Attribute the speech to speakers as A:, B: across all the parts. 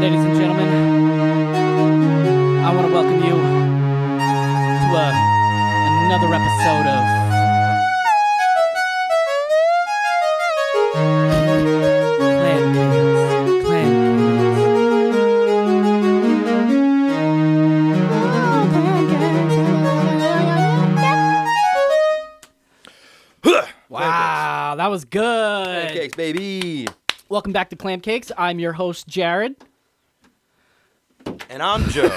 A: Ladies and gentlemen, I want to welcome you to a, another episode of Clan Kids. Clan Kids. Wow, that was good.
B: Pancakes, baby.
A: Welcome back to Clam Cakes. I'm your host, Jared.
B: And I'm Joe.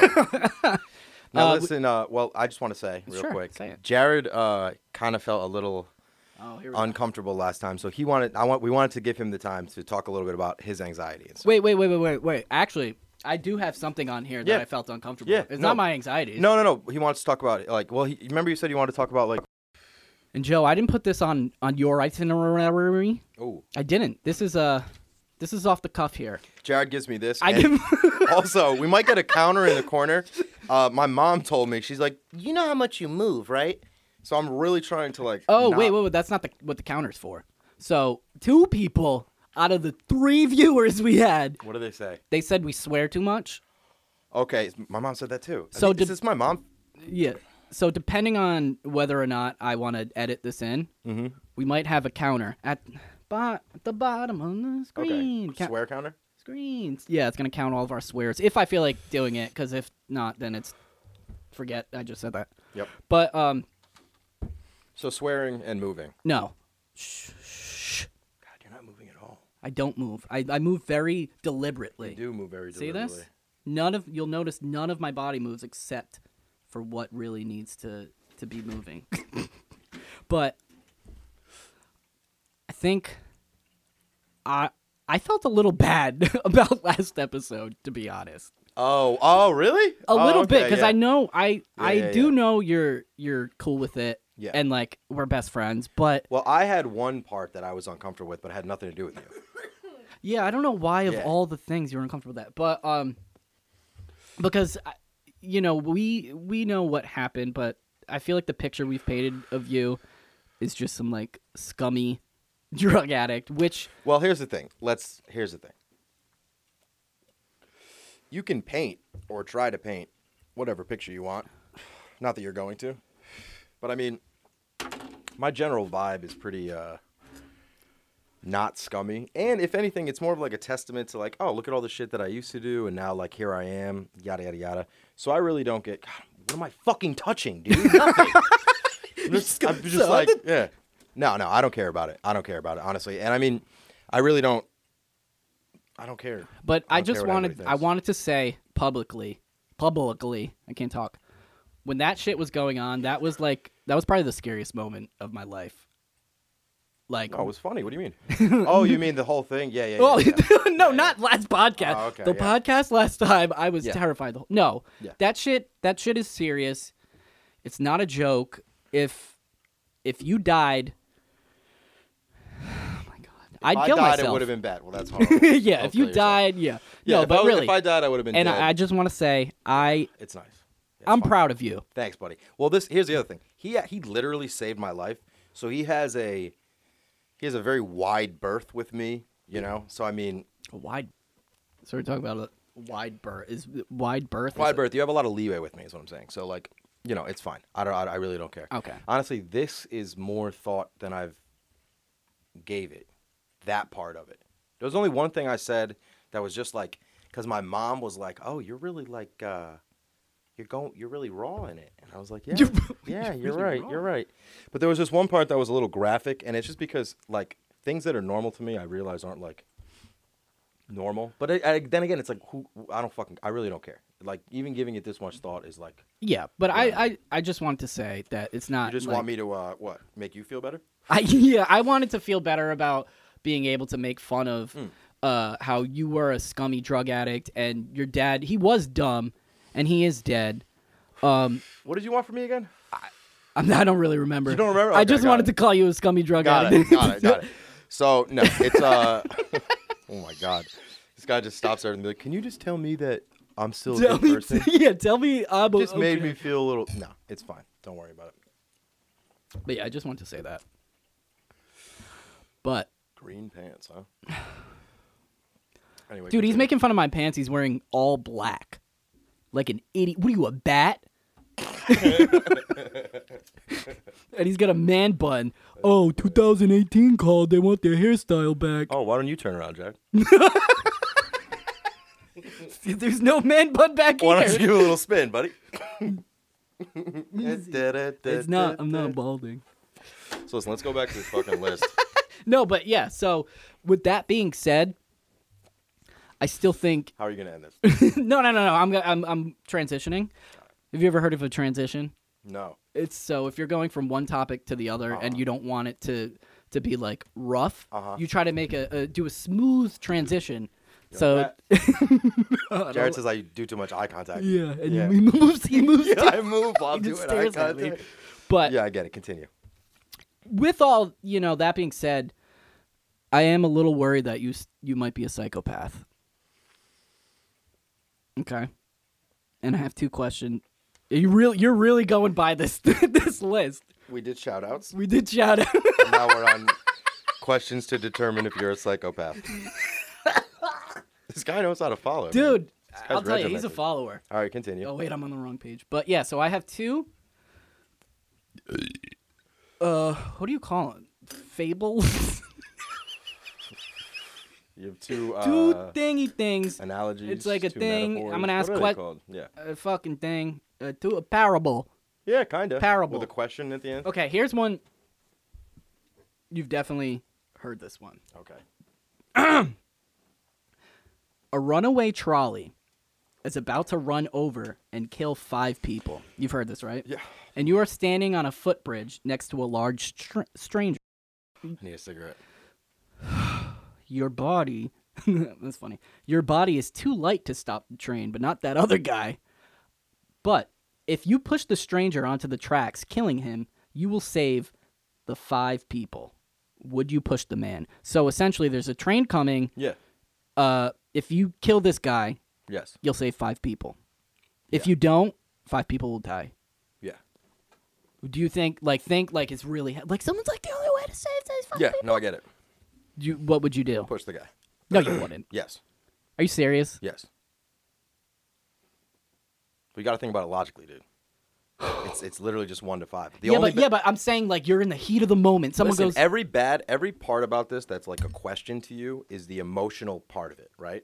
B: now
A: Uh,
B: listen, uh, well, I just want to say real
A: Sure,
B: quick.
A: say it.
B: Jared uh, kind of felt a little
A: Oh, here
B: uncomfortable last time, so he wanted I want we wanted to give him the time to talk a little bit about his anxiety and stuff.
A: Wait, wait, wait, wait, wait, wait. Actually, I do have something on here
B: Yeah.
A: that I felt uncomfortable.
B: Yeah,
A: with. It's
B: no.
A: not my anxiety.
B: No, no, no. He wants to talk about like well, he, remember you said you wanted to talk about like
A: And Joe, I didn't put this on on your itinerary.
B: oh,
A: I didn't. This is uh this is off the cuff here.
B: Jared gives me this.
A: I
B: and-
A: give
B: also, we might get a counter in the corner. Uh, my mom told me she's like, you know how much you move, right? So I'm really trying to like.
A: Oh,
B: not-
A: wait, wait, wait. That's not the, what the counter's for. So, two people out of the three viewers we had,
B: What do they say?
A: they said we swear too much.
B: Okay, my mom said that too.
A: So
B: So
A: did-
B: is this my mom?
A: Yeah. So depending on whether or not I want to edit this in,
B: Mm-hmm.
A: we might have a counter at bo- at the bottom on the screen.
B: Okay.
A: Ca-
B: Swear counter.
A: screens. Yeah, it's gonna count all of our swears if I feel like doing it. Because if not, then it's forget. I just said that.
B: Yep.
A: But um,
B: So swearing and moving.
A: no. Shh. shh.
B: God, you're not moving at all.
A: I don't move. I, I move very deliberately.
B: You do move very
A: See
B: deliberately.
A: this? None of you'll notice none of my body moves except for what really needs to to be moving. but I think I I felt a little bad about last episode to be honest.
B: Oh, oh, really?
A: A
B: Oh,
A: little bit
B: okay,
A: 'cause bit cuz
B: yeah.
A: I know I I
B: yeah,
A: do
B: yeah.
A: know you're you're cool with it
B: Yeah.
A: and like we're best friends, but
B: Well, I had one part that I was uncomfortable with, but it had nothing to do with you.
A: Yeah, I don't know why of
B: Yeah.
A: all the things you're uncomfortable with that, but um, because I- you know we we know what happened, but I feel like the picture we've painted of you is just some like scummy drug addict, which
B: Well, here's the thing. Let's here's the thing. You can paint or try to paint whatever picture you want. Not that you're going to. But I mean, my general vibe is pretty uh not scummy. And if anything, it's more of like a testament to like, oh, look at all the shit that I used to do and now like here I am, yada yada yada. So I really don't get God, what am I fucking touching, dude? Nothing. I'm just, I'm just like, yeah. No, no, I don't care about it. I don't care about it, honestly. And I mean, I really don't. I don't care.
A: But
B: I
A: I
B: don't care
A: just
B: what
A: wanted
B: anybody
A: I
B: thinks.
A: wanted to say publicly, publicly, I can't talk. When that shit was going on, that was like that was probably the scariest moment of my life. Like
B: Oh, it was funny. What do you mean? oh, you mean the whole thing? Yeah, yeah. yeah,
A: Well,
B: yeah.
A: no, not last podcast.
B: Oh, okay,
A: the
B: yeah.
A: podcast last time, I was
B: Yeah.
A: terrified. The whole, no,
B: Yeah.
A: that shit, that shit is serious. It's not a joke. If if you died, oh my god, I'd
B: If I
A: kill
B: died, it
A: myself.
B: would have been bad. Well, that's horrible.
A: yeah, if
B: Don't
A: you
B: kill yourself.
A: died, yeah,
B: Yeah,
A: no,
B: if
A: but
B: I, was-
A: really,
B: if I died, I would have been
A: and
B: dead.
A: I, I just want to say, I
B: it's nice. It's
A: I'm
B: fine.
A: proud of you.
B: Thanks, buddy. Well, this here's the other thing. He he literally saved my life. So he has a he has a very wide berth with me. You know. So I mean,
A: A wide, so we're talking about a wide berth. Is wide berth? is
B: wide
A: a-
B: berth. You have a lot of leeway with me, is what I'm saying. So like, you know, it's fine. I don't. I, I really don't care.
A: Okay.
B: Honestly, this is more thought than I've gave it. That part of it. There was only one thing I said that was just like, because my mom was like, "Oh, you're really like, uh, you're going, you're really raw in it," and I was like, "Yeah,
A: You're- you're
B: yeah, you're
A: really
B: right,
A: raw."
B: you're right." But there was this one part that was a little graphic, and it's just because like things that are normal to me, I realize aren't like normal. But I, I, then again, it's like who I don't fucking I really don't care. Like even giving it this much thought is like
A: Yeah, but I, I, I just wanted to say that it's not.
B: you just
A: like-
B: want me to uh what make you feel better?
A: I yeah, I wanted to feel better about being able to make fun of
B: Hmm.
A: uh, how you were a scummy drug addict and your dad. He was dumb, and he is dead. Um,
B: What did you want from me again?
A: I'm- I don't really remember.
B: You don't remember?
A: I
B: Okay,
A: just
B: got
A: wanted to
B: it.
A: call you a scummy drug
B: Got it,
A: addict.
B: got it, got it. So no, it's uh oh my god, this guy just stops there and be like, can you just tell me that I'm still a
A: Tell
B: good
A: me,
B: person.
A: yeah, tell me I'm
B: just made
A: okay.
B: me feel a little. No, it's fine. Don't worry about it.
A: But yeah, I just wanted to say that. But
B: Green pants, huh? Anyway,
A: dude, he's
B: continue.
A: making fun of my pants. He's wearing all black, like an idiot. What are you, a bat? and he's got a man bun. Oh, 2018 called. They want their hairstyle back.
B: Oh, why don't you turn around, Jack?
A: There's no man bun back
B: Why
A: here.
B: don't you give it a little spin, buddy?
A: It's
B: it's
A: not. I'm not balding.
B: So listen, let's go back to this fucking list.
A: No, but yeah. So with that being said, I still think
B: How are you gonna end this?
A: no, no, no, no. I'm go- I'm I'm transitioning. Have you ever heard of a transition?
B: No.
A: It's so if you're going from one topic to the other and you don't want it to to be like rough,
B: Uh-huh.
A: you try to make a, a do a smooth transition. so I
B: Jared
A: don't-
B: says I do too much eye contact.
A: yeah, and
B: Yeah.
A: he moves. He moves.
B: Yeah,
A: too.
B: I move while
A: He
B: doing
A: just
B: eye
A: stares at me.
B: contact.
A: But
B: Yeah, I get it. Continue.
A: with all you know, that being said, I am a little worried that you s- you might be a psychopath. Okay, and I have two questions. You real you're really going by this this list.
B: We did shout outs.
A: We did shout out.
B: now we're on questions to determine if you're a psychopath. this guy knows how to follow. man.
A: dude.
B: guy's
A: I'll tell you, he's a
B: regimented.
A: follower.
B: All right, continue.
A: Oh wait, I'm on the wrong page. But yeah, so I have two. Uh, what do you call it? Fables,
B: You have two, uh,
A: two thingy things,
B: analogies.
A: It's like a
B: two
A: thing.
B: metaphors.
A: I'm gonna ask
B: what are they
A: que-
B: called? Yeah.
A: a fucking thing, uh, two a parable.
B: Yeah, kind of.
A: Parable.
B: With a question at the end.
A: Okay, here's one. You've definitely heard this one.
B: Okay.
A: A runaway trolley is about to run over and kill five people. You've heard this, right?
B: Yeah.
A: And you are standing on a footbridge next to a large str- stranger.
B: I need a cigarette.
A: your body that's funny your body is too light to stop the train but not that other guy but if you push the stranger onto the tracks killing him you will save the five people would you push the man so essentially there's a train coming
B: Yeah.
A: uh if you kill this guy
B: Yes.
A: you'll save five people if you don't five people will die
B: Yeah.
A: do you think like think like it's really like someone's like the only way to save these five
B: Yeah.
A: people
B: No, I get it.
A: you, what would you do
B: Push the guy.
A: no you wouldn't
B: Yes.
A: are you serious
B: Yes. We got to think about it logically, dude. It's it's literally just one to five. The
A: yeah,
B: only
A: but
B: ba-
A: yeah, but I'm saying like you're in the heat of the moment. Someone
B: Listen,
A: goes,
B: every bad, every part about this that's like a question to you is the emotional part of it, right?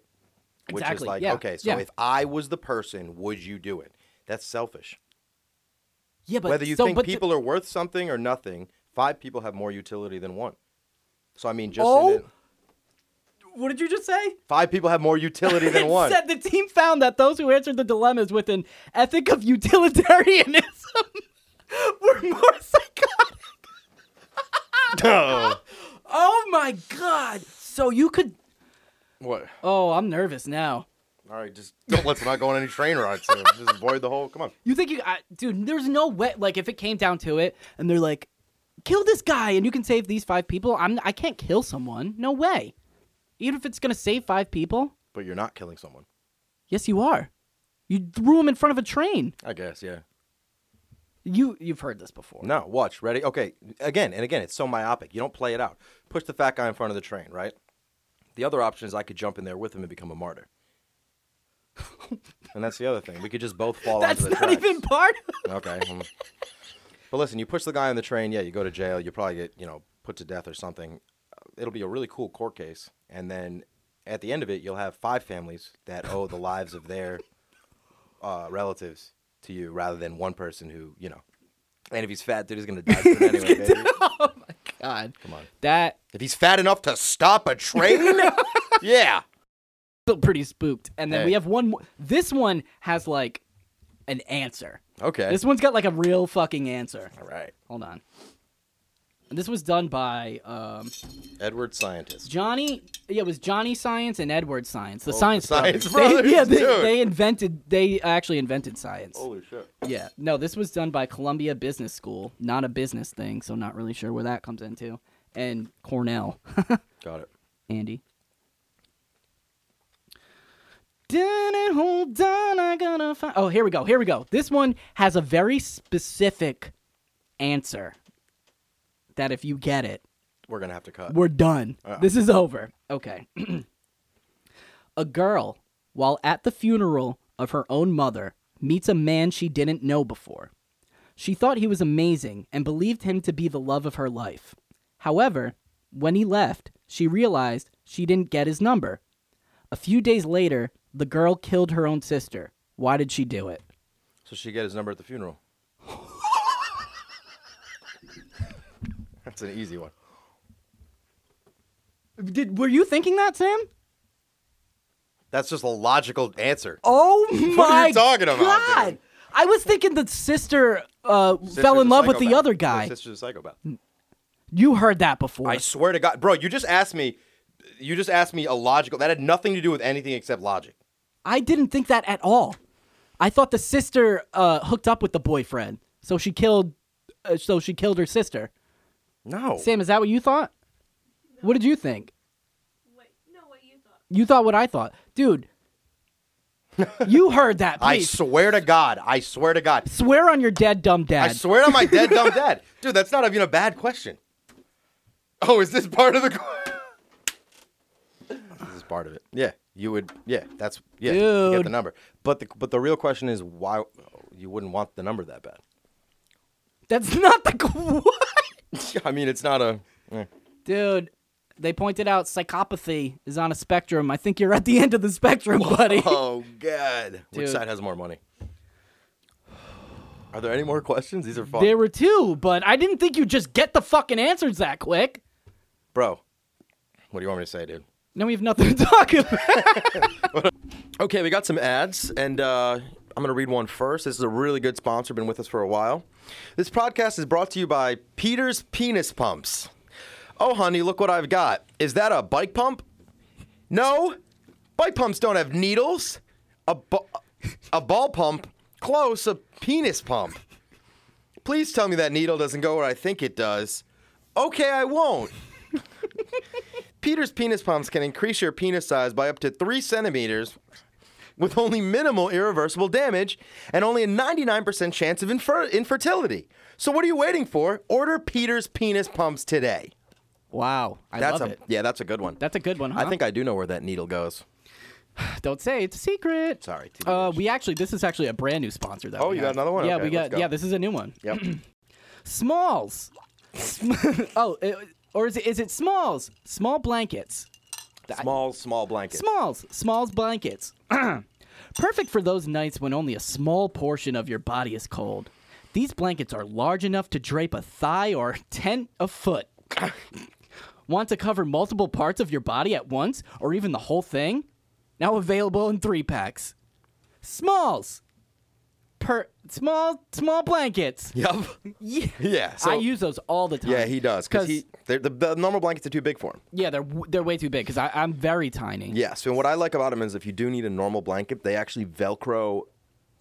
B: Which is
A: Exactly,
B: like,
A: yeah,
B: okay, so
A: yeah.
B: if I was the person, would you do it? That's selfish.
A: yeah, but
B: Whether you
A: so,
B: think
A: but the-
B: people are worth something or nothing, five people have more utility than one. So I mean, just
A: Oh?
B: in it,
A: what did you just say?
B: five people have more utility than
A: It
B: one.
A: said the team found that those who answered the dilemmas with an ethic of utilitarianism were more psychotic.
B: No.
A: Oh my god! So you could.
B: What?
A: Oh, I'm nervous now.
B: All right, just don't, let's not go on any train rides. Soon. Just avoid the whole. Come on.
A: You think you, I, dude? There's no way. Like, if it came down to it, and they're like, "Kill this guy," and you can save these five people. I'm. I can't kill someone. No way. Even if it's gonna save five people.
B: But you're not killing someone.
A: Yes, you are. You threw him in front of a train.
B: I guess, yeah.
A: You you've heard this before.
B: No, watch. Ready? Okay. Again and again, it's so myopic. You don't play it out. Push the fat guy in front of the train, right? The other option is I could jump in there with him and become a martyr. and that's the other thing. We could just both fall
A: That's
B: onto the
A: not
B: tracks.
A: even part. Of
B: Okay. mm. but listen, you push the guy on the train, yeah, you go to jail, you probably get, you know, put to death or something. It'll be a really cool court case. And then at the end of it, you'll have five families that owe the lives of their uh, relatives to you rather than one person who, you know. And if he's fat, dude, he's going to die soon anyway, baby.
A: oh my god.
B: Come on.
A: That
B: If he's fat enough to stop a train, yeah.
A: felt pretty spooked. And then
B: Hey.
A: we have one. More. This one has like an answer.
B: Okay.
A: This one's got like a real fucking answer.
B: All right.
A: Hold on. And this was done by um,
B: Edward Scientist.
A: Johnny. Yeah, it was Johnny Science and Edward Science. The
B: Oh, the
A: Science,
B: Science
A: Brothers. They- yeah,
B: Brothers,
A: they,
B: dude. Oh,
A: they invented. They actually invented science.
B: Holy shit.
A: Yeah. No, this was done by Columbia Business School, not a business thing, so not really sure where that comes into. And Cornell,
B: Got it.
A: Andy. Didn't hold on, I gotta find. Oh, here we go. Here we go. This one has a very specific answer. That if you get it,
B: We're gonna have to cut.
A: we're done. This is over. Okay. a girl, while at the funeral of her own mother, meets a man she didn't know before. She thought he was amazing and believed him to be the love of her life. However, when he left, she realized she didn't get his number. A few days later, the girl killed her own sister. Why did she do it?
B: So she get his number at the funeral. That's an easy one.
A: Did were you thinking that, Sam?
B: That's just a logical answer.
A: Oh my
B: What are you talking about,
A: god!
B: dude?
A: I was thinking the sister uh,
B: Sister's
A: fell in
B: a
A: love with the
B: psychopath.
A: other guy.
B: sister's a psychopath.
A: You heard that before.
B: I swear to God, bro, you just asked me. You just asked me a logical. That had nothing to do with anything except logic.
A: I didn't think that at all. I thought the sister uh, hooked up with the boyfriend, so she killed. Uh, so she killed her sister.
B: No.
A: Sam, is that what you thought? What did you think?
C: Wait, no, what you thought?
A: You thought what I thought, dude. you heard that?
B: I
A: Please
B: swear to God. I swear to God.
A: swear on your dead dumb dad.
B: I swear on my dead dumb dad. Dude, that's not even a bad question. Oh, is this part of the que- This is part of it. Yeah. You would yeah, that's yeah, you get
A: Dude.
B: the number. But the but the real question is why oh, you wouldn't want the number that bad.
A: That's not the what?
B: I mean, it's not a eh.
A: Dude, they pointed out psychopathy is on a spectrum. I think you're at the end of the spectrum, buddy.
B: Oh god. Which
A: Dude.
B: side has more money? Are there any more questions? These are fun.
A: there were two, but I didn't think you just get the fucking answers that quick.
B: Bro. What do you want me to say, dude?
A: Now we have nothing to talk about.
B: Okay, we got some ads, and uh, I'm going to read one first. This is a really good sponsor, been with us for a while. This podcast is brought to you by Peter's Penis Pumps. Oh, honey, look what I've got. Is that a bike pump? No, bike pumps don't have needles. A, ba- a ball pump? Close, a penis pump. Please tell me that needle doesn't go where I think it does. Okay, I won't. Peter's penis pumps can increase your penis size by up to three centimeters with only minimal irreversible damage and only a 99% chance of infer- infertility. So what are you waiting for? Order Peter's penis pumps today.
A: Wow, I
B: That's
A: love
B: a
A: it.
B: yeah, that's a good one.
A: That's a good one, huh?
B: I think I do know where that needle goes.
A: Don't say it's a secret.
B: Sorry, TBH.
A: Uh, we actually, this is actually a brand new sponsor. That
B: Oh,
A: we
B: you got
A: have.
B: another one?
A: Yeah, we
B: Okay, let's
A: got.
B: go.
A: Yeah, this is a new one.
B: Yep.
A: Smalls. Sm- oh, it, or is it? Is it Smalls? Small blankets.
B: small, small blanket.
A: Smalls, Smalls blankets. Perfect for those nights when only a small portion of your body is cold. These blankets are large enough to drape a thigh or 10 a foot. Want to cover multiple parts of your body at once or even the whole thing? Now available in 3 packs. Smalls. Per small small blankets.
B: Yep.
A: Yeah.
B: Yeah. So
A: I use those all the time.
B: yeah, he does because he they're- the, the normal blankets are too big for him.
A: yeah, they're w- they're way too big cuz I'm very tiny.
B: Yes, and what I like about them is if you do need a normal blanket, they actually velcro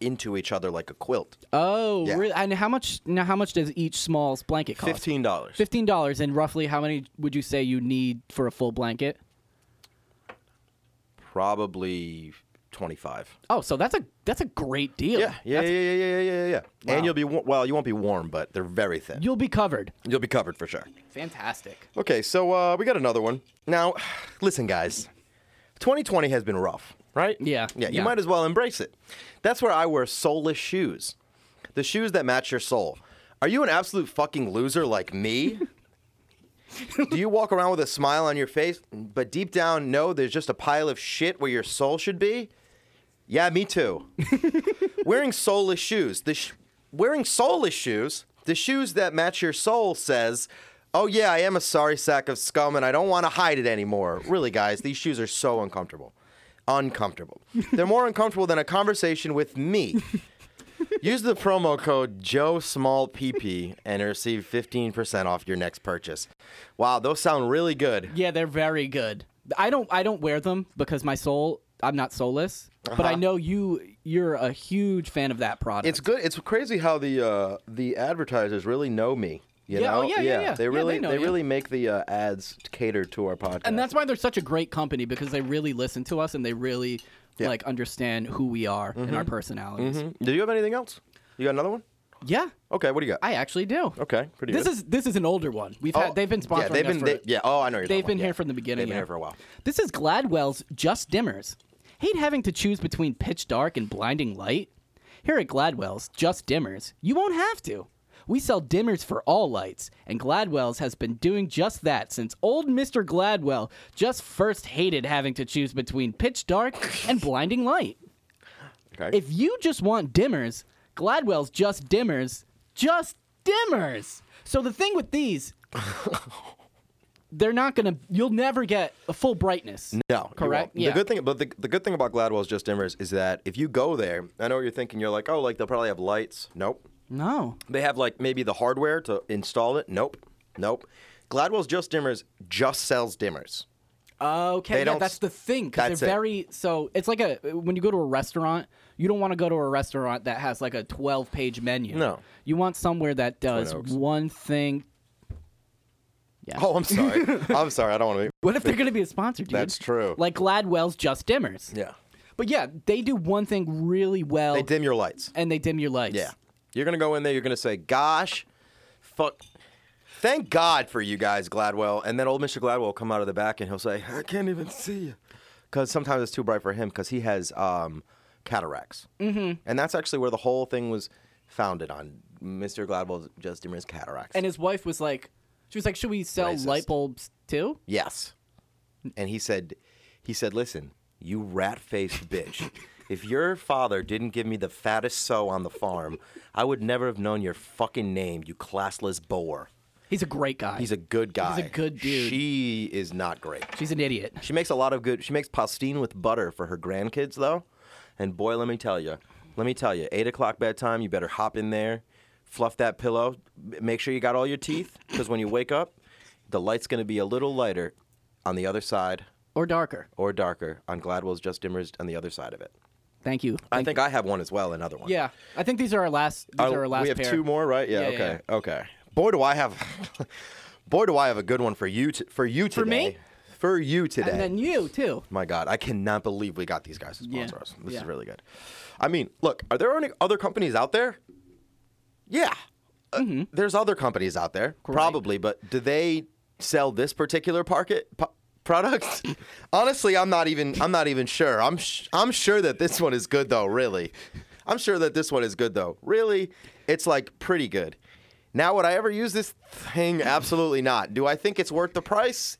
B: into each other like a quilt.
A: Oh,
B: Yeah.
A: really? And how much? Now, how much does each Smalls blanket cost?
B: Fifteen dollars.
A: Fifteen dollars. And roughly, how many would you say you need for a full blanket?
B: Probably twenty-five.
A: Oh, so that's a that's a great deal.
B: Yeah, yeah, yeah, yeah, yeah, yeah, yeah, yeah. And you'll be wa- well, you won't be warm, but they're very thin.
A: You'll be covered.
B: You'll be covered for sure.
A: Fantastic.
B: Okay, so uh, we got another one. Now, listen, guys, 2020 has been rough, right?
A: Yeah,
B: Yeah, you
A: yeah.
B: might as well embrace it. That's where I wear soulless shoes, the shoes that match your soul. Are you an absolute fucking loser like me? Do you walk around with a smile on your face, but deep down know there's just a pile of shit where your soul should be? Yeah, me too. wearing soulless shoes. The sh- wearing soulless shoes. The shoes that match your soul says, "Oh yeah, I am a sorry sack of scum, and I don't want to hide it anymore." Really, guys, these shoes are so uncomfortable. Uncomfortable. They're more uncomfortable than a conversation with me. Use the promo code Joe Small PP and receive 15% off your next purchase. Wow, those sound really good.
A: Yeah, they're very good. I don't I don't wear them because my soul. I'm not soulless, but
B: Uh-huh.
A: I know you. You're a huge fan of that product.
B: It's good. It's crazy how the uh, the advertisers really know me. You
A: Yeah, oh,
B: know?
A: yeah, yeah, yeah.
B: They
A: Yeah, they
B: really,
A: know
B: they
A: you.
B: really make the uh, ads cater to our podcast.
A: and that's why they're such a great company because they really listen to us and they really
B: Yeah.
A: like understand who we are and our personalities.
B: Mhm. Do you have anything else? You got another one?
A: Yeah,
B: Okay, what do you got?
A: I actually do.
B: Mm-hmm. okay, pretty
A: This
B: good.
A: is this is an older one. We've
B: Oh,
A: had they've been sponsoring
B: yeah, they've
A: us
B: been,
A: for
B: they- yeah. Oh, I know you're.
A: They've
B: talking
A: been
B: about,
A: here
B: yeah.
A: from the beginning,
B: They've been
A: yeah.
B: here for a while.
A: This is Gladwell's Just Dimmers. Hate having to choose between pitch dark and blinding light? Here at Gladwell's Just Dimmers, you won't have to. We sell dimmers for all lights, and Gladwell's has been doing just that since old Mr. Gladwell just first hated having to choose between pitch dark and blinding light.
B: Okay.
A: If you just want dimmers, Gladwell's just dimmers, just dimmers. So the thing with these, they're not gonna. You'll never get a full brightness.
B: No, you
A: correct.
B: won't.
A: Yeah.
B: The good thing, but the, the good thing about Gladwell's Just Dimmers is that if you go there, I know what you're thinking. You're like, oh, like they'll probably have lights. Nope.
A: No.
B: They have like maybe the hardware to install it. Nope. Nope. Gladwell's Just Dimmers just sells dimmers.
A: Uh, Okay.
B: They
A: yeah,
B: don't-
A: that's the thing. Cause
B: that's
A: they're
B: it.
A: very. So it's like a when you go to a restaurant, you don't want to go to a restaurant that has like a twelve-page menu.
B: No.
A: You want somewhere that does
B: Oaks.
A: one thing. Yeah.
B: Oh, I'm sorry. I'm sorry. I don't want to be.
A: What if they're gonna be a sponsor, dude?
B: That's true.
A: Like Gladwell's Just Dimmers.
B: Yeah.
A: But yeah, they do one thing really well.
B: They dim your lights.
A: and they dim your lights.
B: Yeah. You're gonna go in there. You're gonna say, "Gosh, fuck." Thank God for you guys, Gladwell. And then old Mr. Gladwell will come out of the back and he'll say, "I can't even see you," because sometimes it's too bright for him because he has um, cataracts. Mm-hmm. And that's actually where the whole thing was founded on Mr. Gladwell's just Dimmer's cataracts.
A: And his wife was like, she was like, should we sell
B: Racist.
A: light bulbs too?
B: Yes. And he said, he said, listen, you rat faced bitch. If your father didn't give me the fattest sow on the farm, I would never have known your fucking name, you classless boar.
A: He's a great guy.
B: He's a good guy.
A: good dude.
B: She is not great.
A: She's an idiot.
B: She makes a lot of good. She makes pastine with butter for her grandkids, though. And boy, let me tell you, let me tell you, eight o'clock bedtime, you better hop in there, fluff that pillow, m- make sure you got all your teeth, because when you wake up, the light's gonna be a little lighter on the other side
A: Or darker.
B: or darker on Gladwell's Just Dimmers on the other side of it.
A: Thank you.
B: I
A: Thank-
B: think I have one as well, another one.
A: yeah. I think these are our last these
B: Oh,
A: are our last
B: we have
A: pair.
B: two more, right? Yeah.
A: Yeah, yeah,
B: okay. Okay. Boy, do I have, boy, do I have a good one for you t- for you today.
A: For me?
B: For you today.
A: And then you too.
B: My God, I cannot believe we got these guys to
A: Yeah.
B: sponsor us. This is
A: Yeah.
B: really good. I mean, look, are there any other companies out there? Yeah, Uh,
A: Mm-hmm.
B: there's other companies out there, probably, but do they sell this particular parket po- product? Honestly, I'm not even. I'm not even sure. I'm. Sh- I'm sure that this one is good though. Really, I'm sure that this one is good though. Really, it's like pretty good. Now, would I ever use this thing? Absolutely not. Do I think it's worth the price?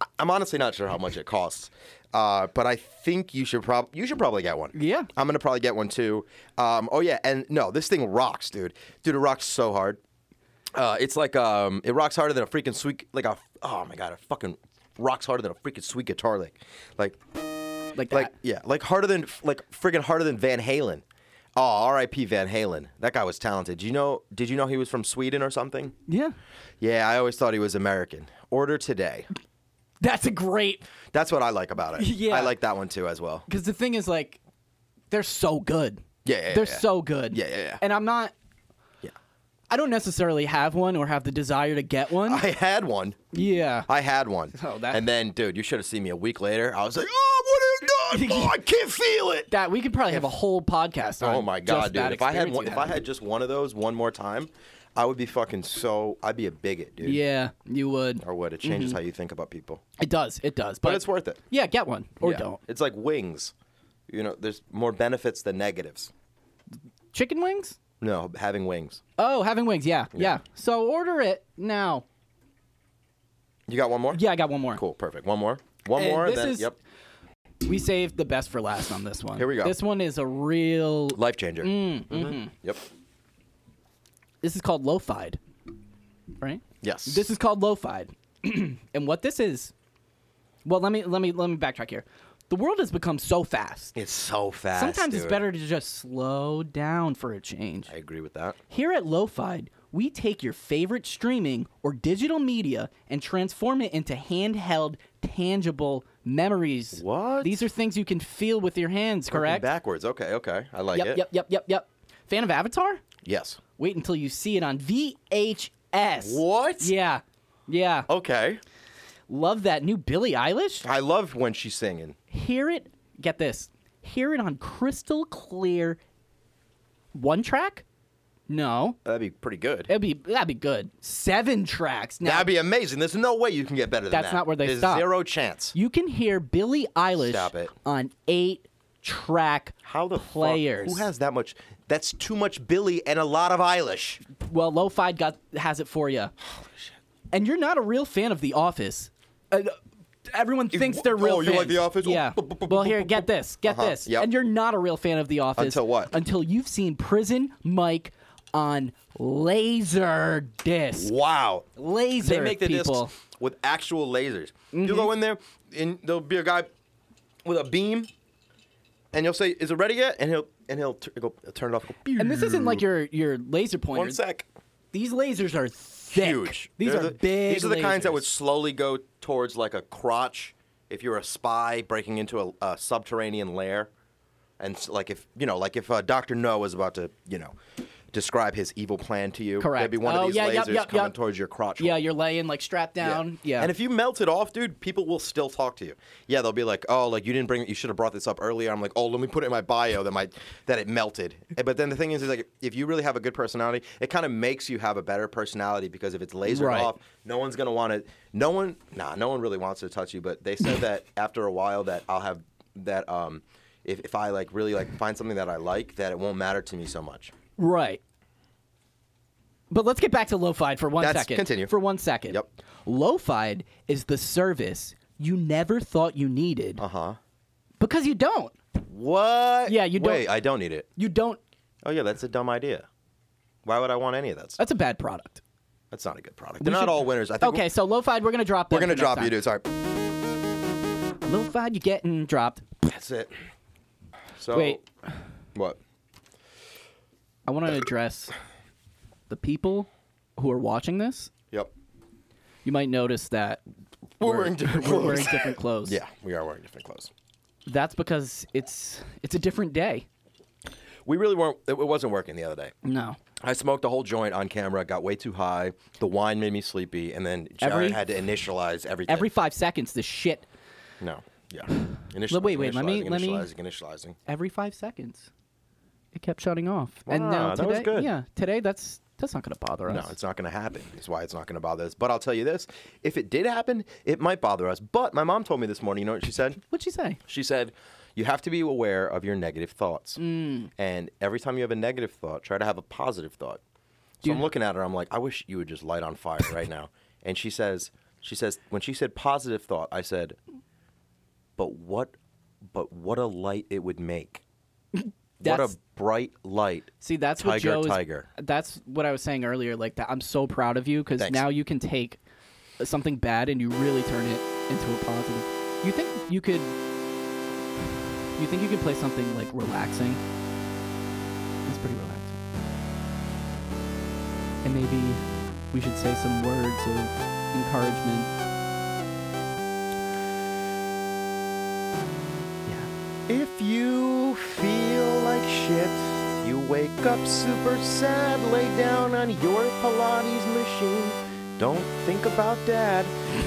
B: I- I'm honestly not sure how much it costs, uh, but I think you should probably you should probably get one.
A: Yeah.
B: I'm gonna probably get one too. Um, oh yeah, and no, this thing rocks, dude. Dude, it rocks so hard. Uh, it's like um, it rocks harder than a freaking sweet like a oh my god, it fucking rocks harder than a freaking sweet guitar lick, like
A: Like that.
B: like yeah, like harder than like freaking harder than Van Halen. Oh, R.I.P. Van Halen. That guy was talented. You know? Did you know he was from Sweden or something?
A: yeah.
B: Yeah, I always thought he was American. Order today.
A: That's a great
B: That's what I like about it.
A: Yeah.
B: I like that one too as well.
A: because the thing is like they're so good.
B: Yeah, yeah, yeah,
A: They're
B: yeah.
A: so good.
B: Yeah, yeah, yeah.
A: And I'm not
B: Yeah.
A: I don't necessarily have one or have the desire to get one.
B: I had one.
A: yeah.
B: I had one.
A: Oh, that-
B: And then, dude, you should have seen me a week later. I was like, oh, what have you done? Oh, I can't feel it.
A: that we could probably have a whole podcast on
B: Oh my
A: just
B: god,
A: that
B: dude! If I had
A: experience
B: one,
A: you
B: if I had just one of those one more time, I would be fucking so. I'd be a bigot, dude.
A: Yeah, you would.
B: Or what? It changes how you think about people.
A: It does. It does. But,
B: But it's worth it.
A: Yeah, get one or
B: Yeah.
A: don't.
B: It's like wings. You know, there's more benefits than negatives.
A: Chicken wings?
B: No, having wings.
A: Oh, having wings. Yeah, yeah. So order it now.
B: You got one more?
A: Yeah, I got one more.
B: Cool. Perfect. One more. One
A: And
B: more.
A: this
B: then,
A: is-
B: Yep.
A: We saved the best for last on this one.
B: Here we go.
A: This one is a real.
B: Life changer.
A: Mm, mm-hmm.
B: Mhm. Yep.
A: This is called lo-fied, right?
B: Yes.
A: This is called lo-fied, and what this is. Well, let me let me let me backtrack here. The world has become so fast.
B: It's so fast.
A: Sometimes it's
B: dude.
A: better to just slow down for a change.
B: I agree with that.
A: Here at LoFi, we take your favorite streaming or digital media and transform it into handheld, tangible memories.
B: What?
A: These are things you can feel with your hands, correct?
B: Backwards. Okay. Okay. I like
A: Yep,
B: it.
A: yep, yep, yep, yep. Fan of Avatar?
B: Yes.
A: Wait until you see it on VHS. ass.
B: What?
A: Yeah. Yeah.
B: Okay.
A: Love that new Billie Eilish.
B: I love when she's singing.
A: Hear it. Get this. Hear it on crystal clear one track? No.
B: That'd be pretty good.
A: It'd be that'd be good. Seven tracks. Now
B: That'd be amazing. There's no way you can get better than
A: That's
B: that.
A: not where they
B: There's
A: stop.
B: Zero chance.
A: you can hear Billie Eilish
B: Stop it.
A: on eight track
B: How the fuck-
A: players.
B: who has that much? That's too much Billy and a lot of Eilish.
A: Well, Lo-Fi got has it for you. And you're not a real fan of The Office. Uh, everyone thinks they're
B: oh,
A: real.
B: you like
A: fans.
B: The Office? Oh,
A: Yeah.
B: bu- bu- bu-
A: Well,
B: bu-
A: here,
B: bu-
A: get this, get
B: Uh-huh.
A: this.
B: Yep.
A: And you're not a real fan of The Office
B: Until what?
A: Until you've seen Prison Mike on laser disc.
B: Wow.
A: Laser
B: They make the
A: people. Mm-hmm.
B: discs with actual lasers. You go in there, and there'll be a guy with a beam, and you'll say, "Is it ready yet?" And he'll and he'll t- go, turn it off. Go,
A: And this isn't like your your laser pointer.
B: one sec.
A: These lasers are thick.
B: Huge.
A: These
B: They're
A: are
B: the-
A: big.
B: These are the kinds that would
A: lasers.
B: slowly go towards like a crotch if you're a spy breaking into a, a subterranean lair, and s- like if you know, like if uh, Doctor No is about to, you know, describe his evil plan to you.
A: Correct.
B: There'd be one
A: Oh,
B: of these
A: yeah,
B: lasers
A: yep, yep,
B: coming
A: yep.
B: towards your crotch.
A: Yeah,
B: hole.
A: you're laying like strapped down. Yeah.
B: And if you melt it off, dude, people will still talk to you. Yeah, they'll be like, "Oh, like you didn't bring, you should have brought this up earlier." I'm like, "Oh, let me put it in my bio that my that it melted." And- But then the thing is, is like, if you really have a good personality, it kind of makes you have a better personality because if it's lasered
A: Right.
B: off, no one's gonna want to. No one, nah, no one really wants to touch you. But they said that after a while, that I'll have that. um if, if I like really like find something that I like, that it won't matter to me so much.
A: Right. But let's get back to lo-fi for one second.
B: That's- continue.
A: For one second.
B: Yep.
A: Lo-fi is the service you never thought you needed
B: Uh huh.
A: because you don't.
B: What?
A: Uh-huh. Yeah, you don't-
B: Wait, I don't need it.
A: You don't.
B: Oh yeah, that's a dumb idea. Why would I want any of that stuff?
A: That's a bad product.
B: That's not a good product. They're
A: We
B: not
A: should-
B: all winners. I think
A: Okay, so lo-fi, we're gonna drop.
B: we're,
A: them
B: gonna
A: for next
B: drop you, dude. Sorry.
A: time. Lo-fi, you getting dropped?
B: That's it. So
A: Wait.
B: what?
A: I want to address the people who are watching this.
B: Yep.
A: You might notice that
B: We're, wearing different
A: we're
B: clothes.
A: wearing different clothes.
B: yeah, we are wearing different clothes.
A: That's because it's it's a different day.
B: We really weren't. It it wasn't working the other day.
A: No.
B: I smoked a whole joint on camera. Got way too high. The wine made me sleepy, and then Jared
A: Every-
B: had to initialize everything.
A: Every five seconds, the shit.
B: no. Yeah. Initializing,
A: wait, wait, let me-
B: initializing,
A: let me-
B: Initializing, initializing.
A: Every five seconds, it kept shutting off. and
B: Wow,
A: now
B: that
A: today,
B: was good.
A: yeah, today that's that's not gonna bother us.
B: No, it's not going to happen. Is why it's not going to bother us. But I'll tell you this: if it did happen, it might bother us. But my mom told me this morning. You know what she said?
A: What'd she say?
B: She said, You have to be aware of your negative thoughts. And every time you have a negative thought, try to have a positive thought. So I'm looking at her, I'm like, I wish you would just light on fire right now. And she says, she says, when she said positive thought, I said, but what, but what a light it would make. what a
A: That's-
B: bright light.
A: See, that's what
B: Tiger,
A: Joe is.
B: tiger.
A: That's what I was saying earlier. Like that, I'm so proud of you because
B: Thanks.
A: now you can take uh, something bad and you really turn it into a positive. You think you could? You think you could play something like relaxing? It's pretty relaxing. And maybe we should say some words of encouragement. Yeah.
B: If you feel like shit, you wake up super sad, lay down on your Pilates machine, don't think about dad,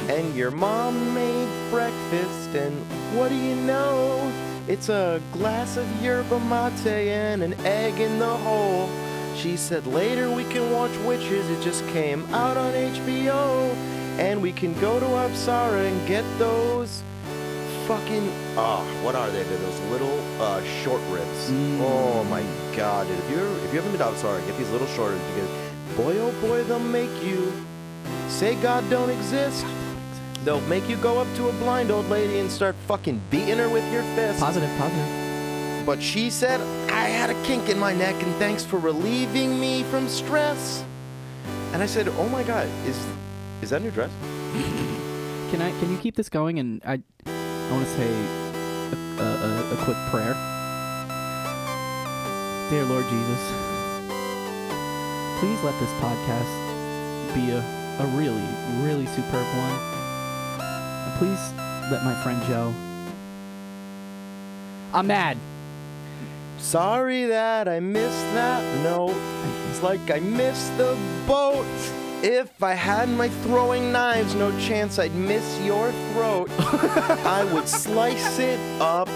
B: and your mom made breakfast, and what do you know? It's a glass of yerba mate and an egg in the hole. She said later we can watch Witches, it just came out on HBO, and we can go to Apsara and get those fucking ah, what are they? They're those little uh, short ribs. Oh my god, dude! If you're if you haven't been out, sorry, get these little short ribs because boy oh boy they'll make you say God don't exist. They'll make you go up to a blind old lady and start fucking beating her with your fist.
A: Positive, positive.
B: But she said, I had a kink in my neck and thanks for relieving me from stress. And I said, Oh my god, is is that a new dress?
A: Can I? Can you keep this going? And I, I want to say a, a, a, a quick prayer. Dear Lord Jesus, please let this podcast be a, a really, really superb one. And please let my friend Joe. I'm mad.
B: Sorry that I missed that note. It's like I missed the boat. If I had my throwing knives, no chance I'd miss your throat. I would slice it up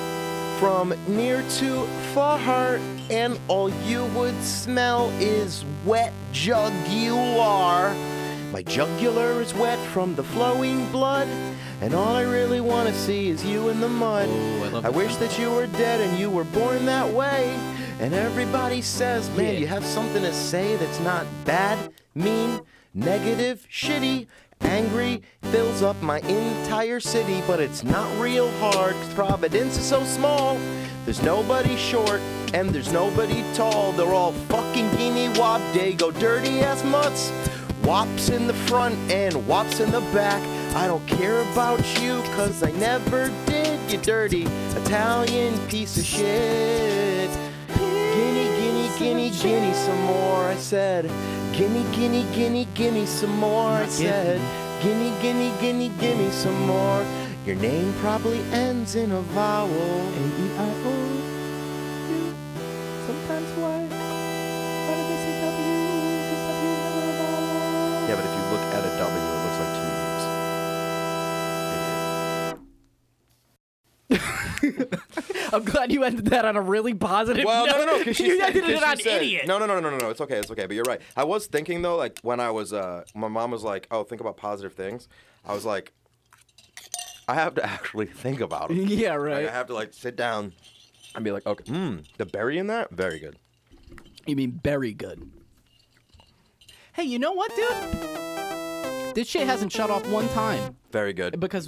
B: from near to far, and all you would smell is wet jugular. My jugular is wet from the flowing blood, and all I really want to see is you in the mud.
A: Oh, I love
B: I
A: that
B: wish
A: song.
B: that you were dead and you were born that way. And everybody says, man,
A: Yeah.
B: you have something to say that's not bad, mean, negative, shitty, angry, fills up my entire city, but it's not real hard 'cause Providence is so small. There's nobody short and there's nobody tall. They're all fucking guinea wop dago, dirty ass mutts. Wops in the front and wops in the back. I don't care about you cause I never did, you dirty Italian piece of shit. Guinea, guinea, guinea, guinea some more, I said. Guinea, guinea, guinea, guinea some more, I
A: Not
B: said. Gimme, gimme, gimme, gimme some more. Your name probably ends in a vowel.
A: E
B: Yeah, but if you look at a W, it looks like two U's.
A: I'm glad you ended that on a really positive
B: Well,
A: note.
B: no, no, no. 'cause she
A: you
B: said-
A: ended
B: 'cause
A: it
B: she
A: on
B: said-
A: idiot.
B: No, no, no, no, no, no. It's okay. It's okay. But you're right. I was thinking though, like when I was, uh, my mom was like, "Oh, think about positive things." I was like, I have to actually think about them.
A: Yeah,
B: Like, I
A: right.
B: have to like sit down and be like, "Okay, hmm, the berry in that, very good."
A: You mean very good. Hey, you know what, dude? This shit hasn't shut off one time
B: Very good.
A: because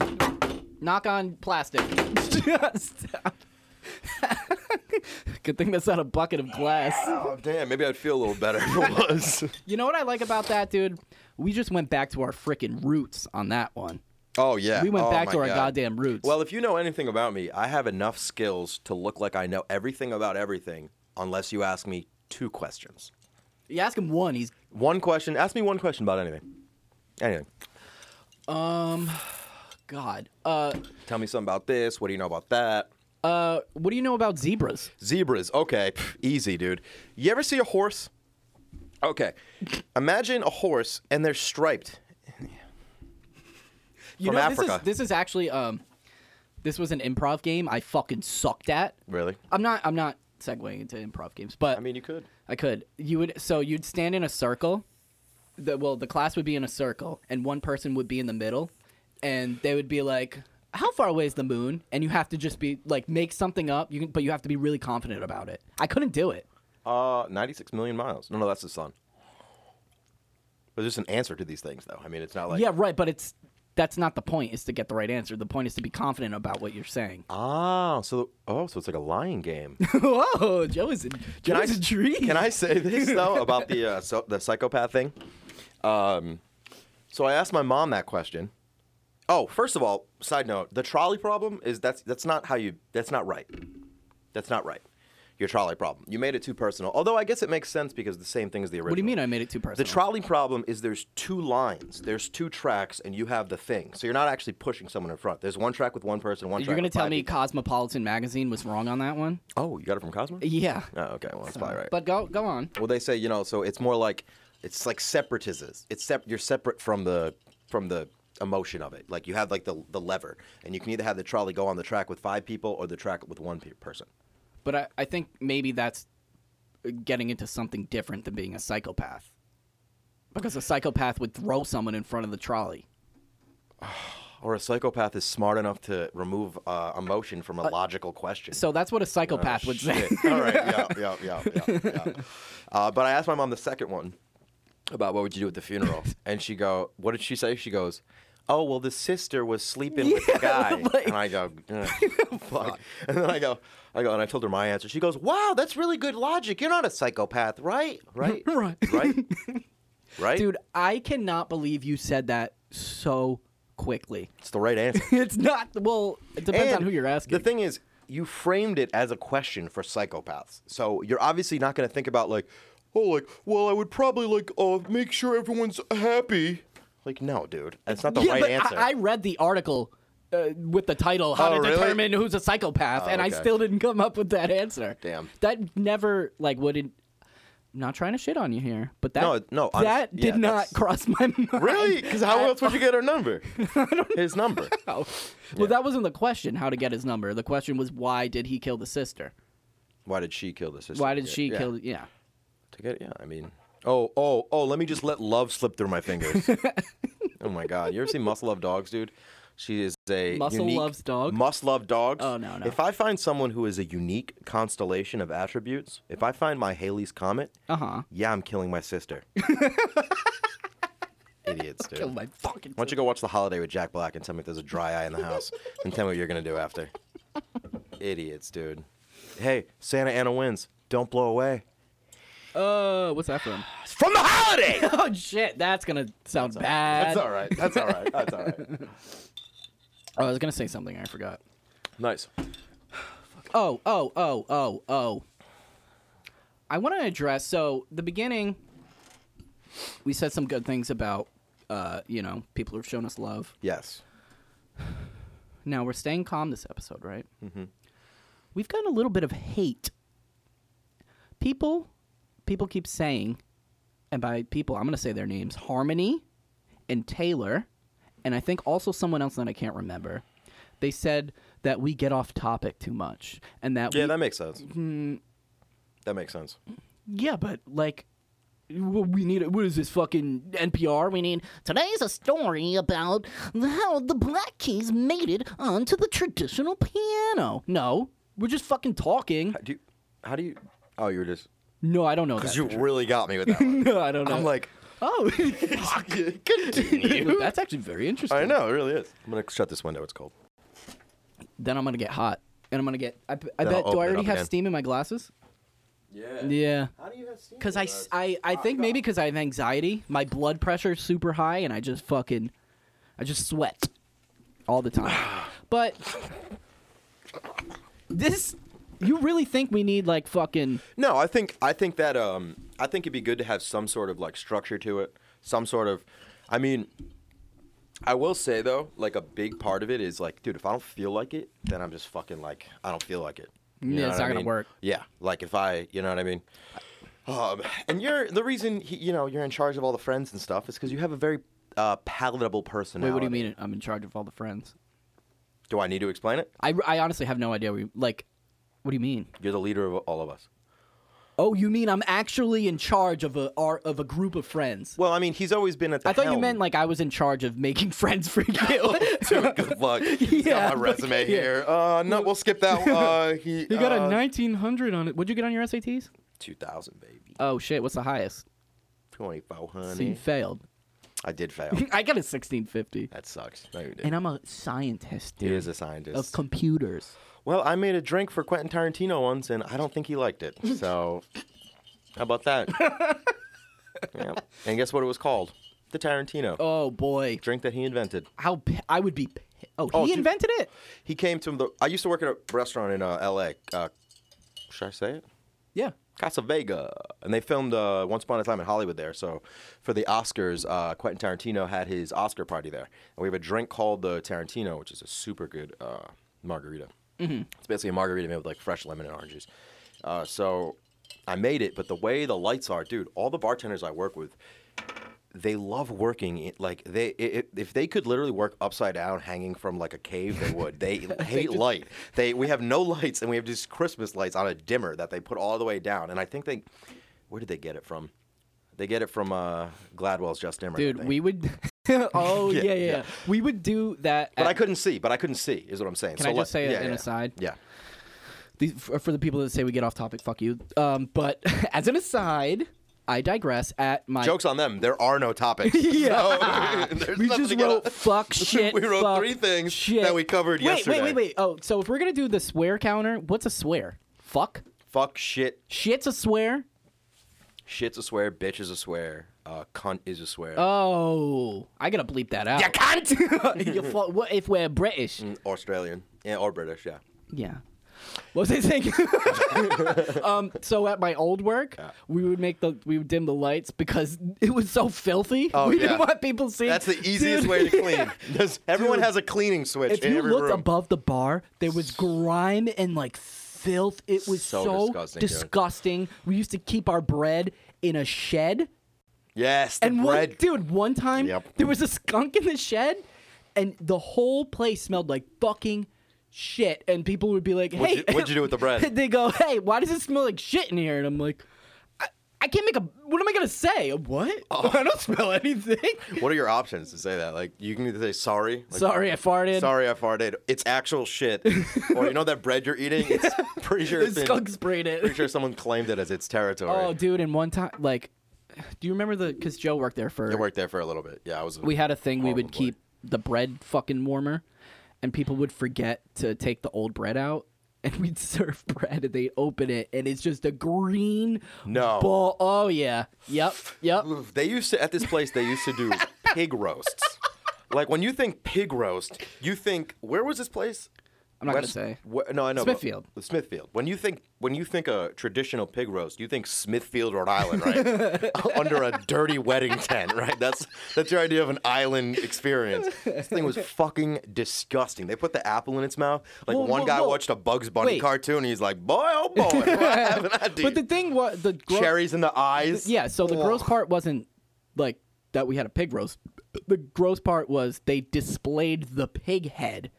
A: knock on plastic. Stop. Good thing that's not a bucket of glass.
B: Oh damn! Maybe I'd feel a little better if it was.
A: You know what I like about that, dude? We just went back to our freaking roots on that one.
B: oh yeah.
A: We went
B: Oh,
A: back
B: my
A: to our
B: God.
A: goddamn roots.
B: Well, if you know anything about me, I have enough skills to look like I know everything about everything, unless you ask me two questions.
A: you ask him one, he's
B: One question. Ask me one question about anything. Anything.
A: God. Uh,
B: Tell me something about this. What do you know about that?
A: uh, what do you know about zebras?
B: Zebras. Okay. Pff, easy, dude. You ever see a horse? Okay. Imagine a horse and they're striped.
A: You
B: From
A: know,
B: Africa.
A: This is, this is actually um, this was an improv game I fucking sucked at.
B: Really?
A: I'm not. I'm not segueing into improv games, but
B: I mean, you could.
A: I could. You would. So you'd stand in a circle. The, well, the class would be in a circle, and one person would be in the middle, and they would be like, "How far away is the moon?" And you have to just be like, make something up. You can, but you have to be really confident about it. I couldn't do it.
B: Uh, 96 million miles. No, no, that's the sun. But there's an answer to these things, though. I mean, it's not like.
A: yeah, right. But it's that's not the point. Is to get the right answer. The point is to be confident about what you're saying.
B: Ah, so oh, so it's like a lying game.
A: Whoa, Joe is. Joe
B: I
A: is
B: s-
A: intrigued.
B: Can I say this though about the uh, so, the psychopath thing? Um, so I asked my mom that question. Oh, first of all, side note: the trolley problem is that's that's not how you that's not right. That's not right. Your trolley problem. You made it too personal. Although I guess it makes sense because the same thing as the original.
A: What do you mean I made it too
B: The
A: personal?
B: trolley problem is there's two lines, there's two tracks, and you have the thing. So you're not actually pushing someone in front. There's one track with one person, one track.
A: You're gonna
B: with
A: tell
B: five
A: me
B: people.
A: Cosmopolitan magazine was wrong on that one?
B: Oh, you got it from Cosmo.
A: Yeah.
B: Oh, okay. Well, that's probably right.
A: Um, But go go on.
B: Well, they say you know, so it's more like it's like separatism. It's sep- you're separate from the from the emotion of it. Like you have like the the lever, and you can either have the trolley go on the track with five people or the track with one pe- person.
A: But I, I think maybe that's getting into something different than being a psychopath. Because a psychopath would throw someone in front of the trolley.
B: Or a psychopath is smart enough to remove uh, emotion from a logical question.
A: So that's what a psychopath would say.
B: Oh, Shit. All right, yeah, yeah, yeah, yeah. yeah. Uh, but I asked my mom the second one about what would you do at the funeral, and she go, "What did she say?" She goes, "Oh, well, the sister was sleeping with the guy,"
A: like-
B: and I go, "Ugh, "Fuck," and then I go, I go, and I told her my answer. She goes, "Wow, that's really good logic. You're not a psychopath, right? Right?
A: Right.
B: Right? Right?
A: Dude, I cannot believe you said that so quickly.
B: it's the right answer."
A: It's not well, it depends on
B: And
A: who you're asking.
B: The thing is, you framed it as a question for psychopaths. So you're obviously not going to think about like, oh, like, well, I would probably like uh make sure everyone's happy. Like, no, dude, that's not the
A: yeah,
B: right
A: but
B: answer.
A: I, I read the article uh, with the title "How
B: Oh,
A: to
B: really?
A: Determine Who's a Psychopath,"
B: Oh,
A: and I
B: okay.
A: still didn't come up with that answer.
B: Damn.
A: that never like wouldn't. I'm not trying to shit on you here, but that
B: No, no, honest-
A: that
B: yeah,
A: did not
B: that's-
A: cross my mind.
B: Really? Because how
A: at
B: else would you get her number? His number.
A: all. oh. Well, that wasn't the question. How to get his number? The question was why did he kill the sister?
B: Why did she kill the sister?
A: Why did
B: Yeah,
A: she
B: yeah.
A: kill? Yeah.
B: To get, yeah, I mean, oh, oh, oh, let me just let love slip through my fingers. oh my God, you ever seen Must Love Dogs, dude? She is a
A: Muscle
B: unique-
A: loves dog?
B: Must love dogs.
A: Oh, no, no.
B: If I find someone who is a unique constellation of attributes, if I find my Haley's comet,
A: Uh huh.
B: yeah, I'm killing my sister. Idiots, dude.
A: Kill
B: Why
A: my fucking.
B: don't you go watch The Holiday with Jack Black and tell me if there's a dry eye in the house, and tell me what you're gonna do after. Idiots, dude. Hey, Santa Ana wins. Don't blow away.
A: Uh, what's that from?
B: It's from the holiday.
A: oh shit, that's gonna sound bad.
B: That's all right. That's all right. That's all right.
A: Oh, I was gonna say something I forgot.
B: Nice.
A: Oh, oh, oh, oh, oh. I want to address so the beginning. We said some good things about, uh, you know, people who've shown us love.
B: Yes.
A: Now we're staying calm this episode, right? Mm-hmm. We've gotten a little bit of hate. People, people keep saying, and by people I'm going to say their names: Harmony, and Taylor, and I think also someone else that I can't remember. They said that we get off topic too much, and that
B: Yeah,
A: we,
B: that makes sense.
A: Hmm.
B: That makes sense.
A: yeah, but like, w- we need what is this fucking NPR? We need
D: Today's a story about how the Black Keys made it onto the traditional piano.
A: no, no. We're just fucking talking.
B: Do you, how do you? Oh, you were just
A: No, I don't know that.
B: because you really got me with that. One.
A: no, I don't know.
B: I'm like,
A: oh,
B: continue.
A: that's actually very interesting.
B: I know, it really is. I'm gonna shut this window. It's cold.
A: Then I'm gonna get hot, and I'm gonna get. I, I
B: Then I'll
A: bet. Do I
B: open it
A: already
B: up
A: have
B: again.
A: steam in my glasses?
B: Yeah.
A: Yeah.
B: How do you have steam?
A: Cause I, s- I, I think maybe because I have anxiety, my blood pressure is super high, and I just fucking, I just sweat all the time. but this, you really think we need like fucking?
B: No, I think I think that um I think it'd be good to have some sort of like structure to it, some sort of I mean I will say though, like a big part of it is like, dude, if I don't feel like it, then I'm just fucking like I don't feel like it. You
A: Yeah,
B: know
A: it's
B: what
A: not
B: I
A: gonna
B: mean?
A: work.
B: Yeah, like if I, you know what I mean. Um, and you're the reason he, you know you're in charge of all the friends and stuff is because you have a very uh, palatable
A: Wait,
B: personality.
A: what do you mean? I'm in charge of all the friends.
B: Do I need to explain it?
A: I, I honestly have no idea. Where you, like, what do you mean?
B: You're the leader of all of us.
A: Oh, you mean I'm actually in charge of a our, of a group of friends?
B: Well, I mean, he's always been at the
A: I thought you
B: helm.
A: meant like I was in charge of making friends for you.
B: Dude, good luck. He's
A: Yeah,
B: got my resume
A: yeah.
B: here. Uh, no, we'll skip that. one. Uh, he,
A: You got
B: uh,
A: a 1900 on it. What'd you get on your SATs?
B: 2000, baby.
A: Oh shit, what's the highest? So you
B: 2400.
A: failed.
B: I did fail.
A: I got a 1650.
B: that sucks. No, you didn't.
A: And I'm a scientist, dude.
B: He is a
A: of
B: scientist.
A: computers.
B: well, I made a drink for Quentin Tarantino once, and I don't think he liked it. So, how about that? yeah. And guess what it was called? The Tarantino.
A: Oh boy.
B: Drink that he invented.
A: How pi- I would be pi- Oh, he
B: Oh, dude.
A: invented it?
B: He came to the. I used to work at a restaurant in uh, L.A. Uh, should I say it?
A: Yeah.
B: Casa Vega, and they filmed uh, Once Upon a Time in Hollywood there. So for the Oscars, uh, Quentin Tarantino had his Oscar party there, and we have a drink called the Tarantino, which is a super good uh, margarita. Mm-hmm. It's basically a margarita made with like fresh lemon and oranges. Uh, so I made it, but the way the lights are, dude, all the bartenders I work with. They love working it like they i i- if they could literally work upside down hanging from like a cave they would they hate light they we have no lights and we have just Christmas lights on a dimmer that they put all the way down and I think they where did they get it from they get it from uh, Gladwell's Just Dimmer I
A: Dude,
B: think.
A: we would Oh yeah, yeah,
B: yeah.
A: yeah. We would do that
B: but
A: at-
B: I couldn't see but I couldn't see is what I'm saying
A: Can
B: so
A: I just
B: let-
A: say
B: yeah,
A: an
B: yeah,
A: aside?
B: yeah
A: these, for for the people that say we get off topic, fuck you. Um, but as an aside, I digress at my
B: jokes on them there are no topics yeah there's
A: We
B: nothing
A: just
B: to get
A: wrote
B: on.
A: fuck shit.
B: we wrote
A: fuck,
B: three things
A: shit.
B: that we covered
A: wait,
B: yesterday
A: Wait, wait, wait. Oh, so if we're gonna do the swear counter, what's a swear? Fuck.
B: fuck shit
A: Shit's a swear.
B: Shit's a swear, bitch is a swear, uh, cunt is a swear.
A: Oh, I gotta bleep that out.
B: you Mm. cunt!
A: You fu- what if we're British?
B: Australian. Yeah, or British, yeah.
A: Yeah. What was I saying? um, so at my old work, we would make the we would dim the lights because it was so filthy.
B: Oh,
A: we
B: yeah.
A: didn't want people seeing.
B: That's the easiest
A: Dude,
B: way to clean. There's- Everyone
A: Dude,
B: has a cleaning switch
A: if
B: in
A: you
B: every
A: looked
B: room.
A: above the bar, there was grime and like filth. It was
B: So
A: so,
B: disgusting, dude.
A: disgusting. We used to keep our bread in a shed.
B: Yes, the
A: And one
B: bread.
A: dude, one time
B: Yep.
A: there was a skunk in the shed, and the whole place smelled like fucking shit. And people would be like, "Hey,
B: What'd you- what'd you do with the bread?"
A: they go, "Hey, why does it smell like shit in here?" And I'm like, "I, I can't make a. What am I gonna say? A What?
B: Oh.
A: I don't smell anything.
B: What are your options to say that? Like you can either say sorry. like,
A: Sorry, I farted.
B: Sorry, I farted. It's actual shit. or you know that bread you're eating? It's pretty sure
A: the
B: it's been,
A: skunk sprayed it.
B: pretty sure someone claimed it as its territory.
A: Oh, dude, and one time, like, do you remember the? Because Joe worked there for.
B: I worked there for a little bit. Yeah, I was.
A: we had a thing we would
B: Horrible boy.
A: keep the bread fucking warmer and people would forget to take the old bread out and we'd serve bread and they'd open it and it's just a green
B: No.
A: ball oh yeah yep yep
B: Oof, They used to at this place. They used to do pig roasts. Like when you think pig roast, you think where was this place?
A: i'm not gonna
B: West-
A: say
B: wh- no, I know but-
A: Smithfield.
B: Smithfield. When you think when you think a traditional pig roast, you think Smithfield, Rhode Island, right? Under a dirty wedding tent, right? That's that's your idea of an island experience. This thing was fucking disgusting. They put the apple in its mouth. Like
A: Whoa,
B: one
A: whoa,
B: guy
A: whoa.
B: watched a Bugs Bunny
A: Wait.
B: cartoon, and he's like, "Boy, oh boy, what happened I
A: but the
B: did?"
A: thing was the gro-
B: Cherries in the eyes. Oh,
A: yeah so the gross part wasn't like that we had a pig roast the gross part was they displayed the pig head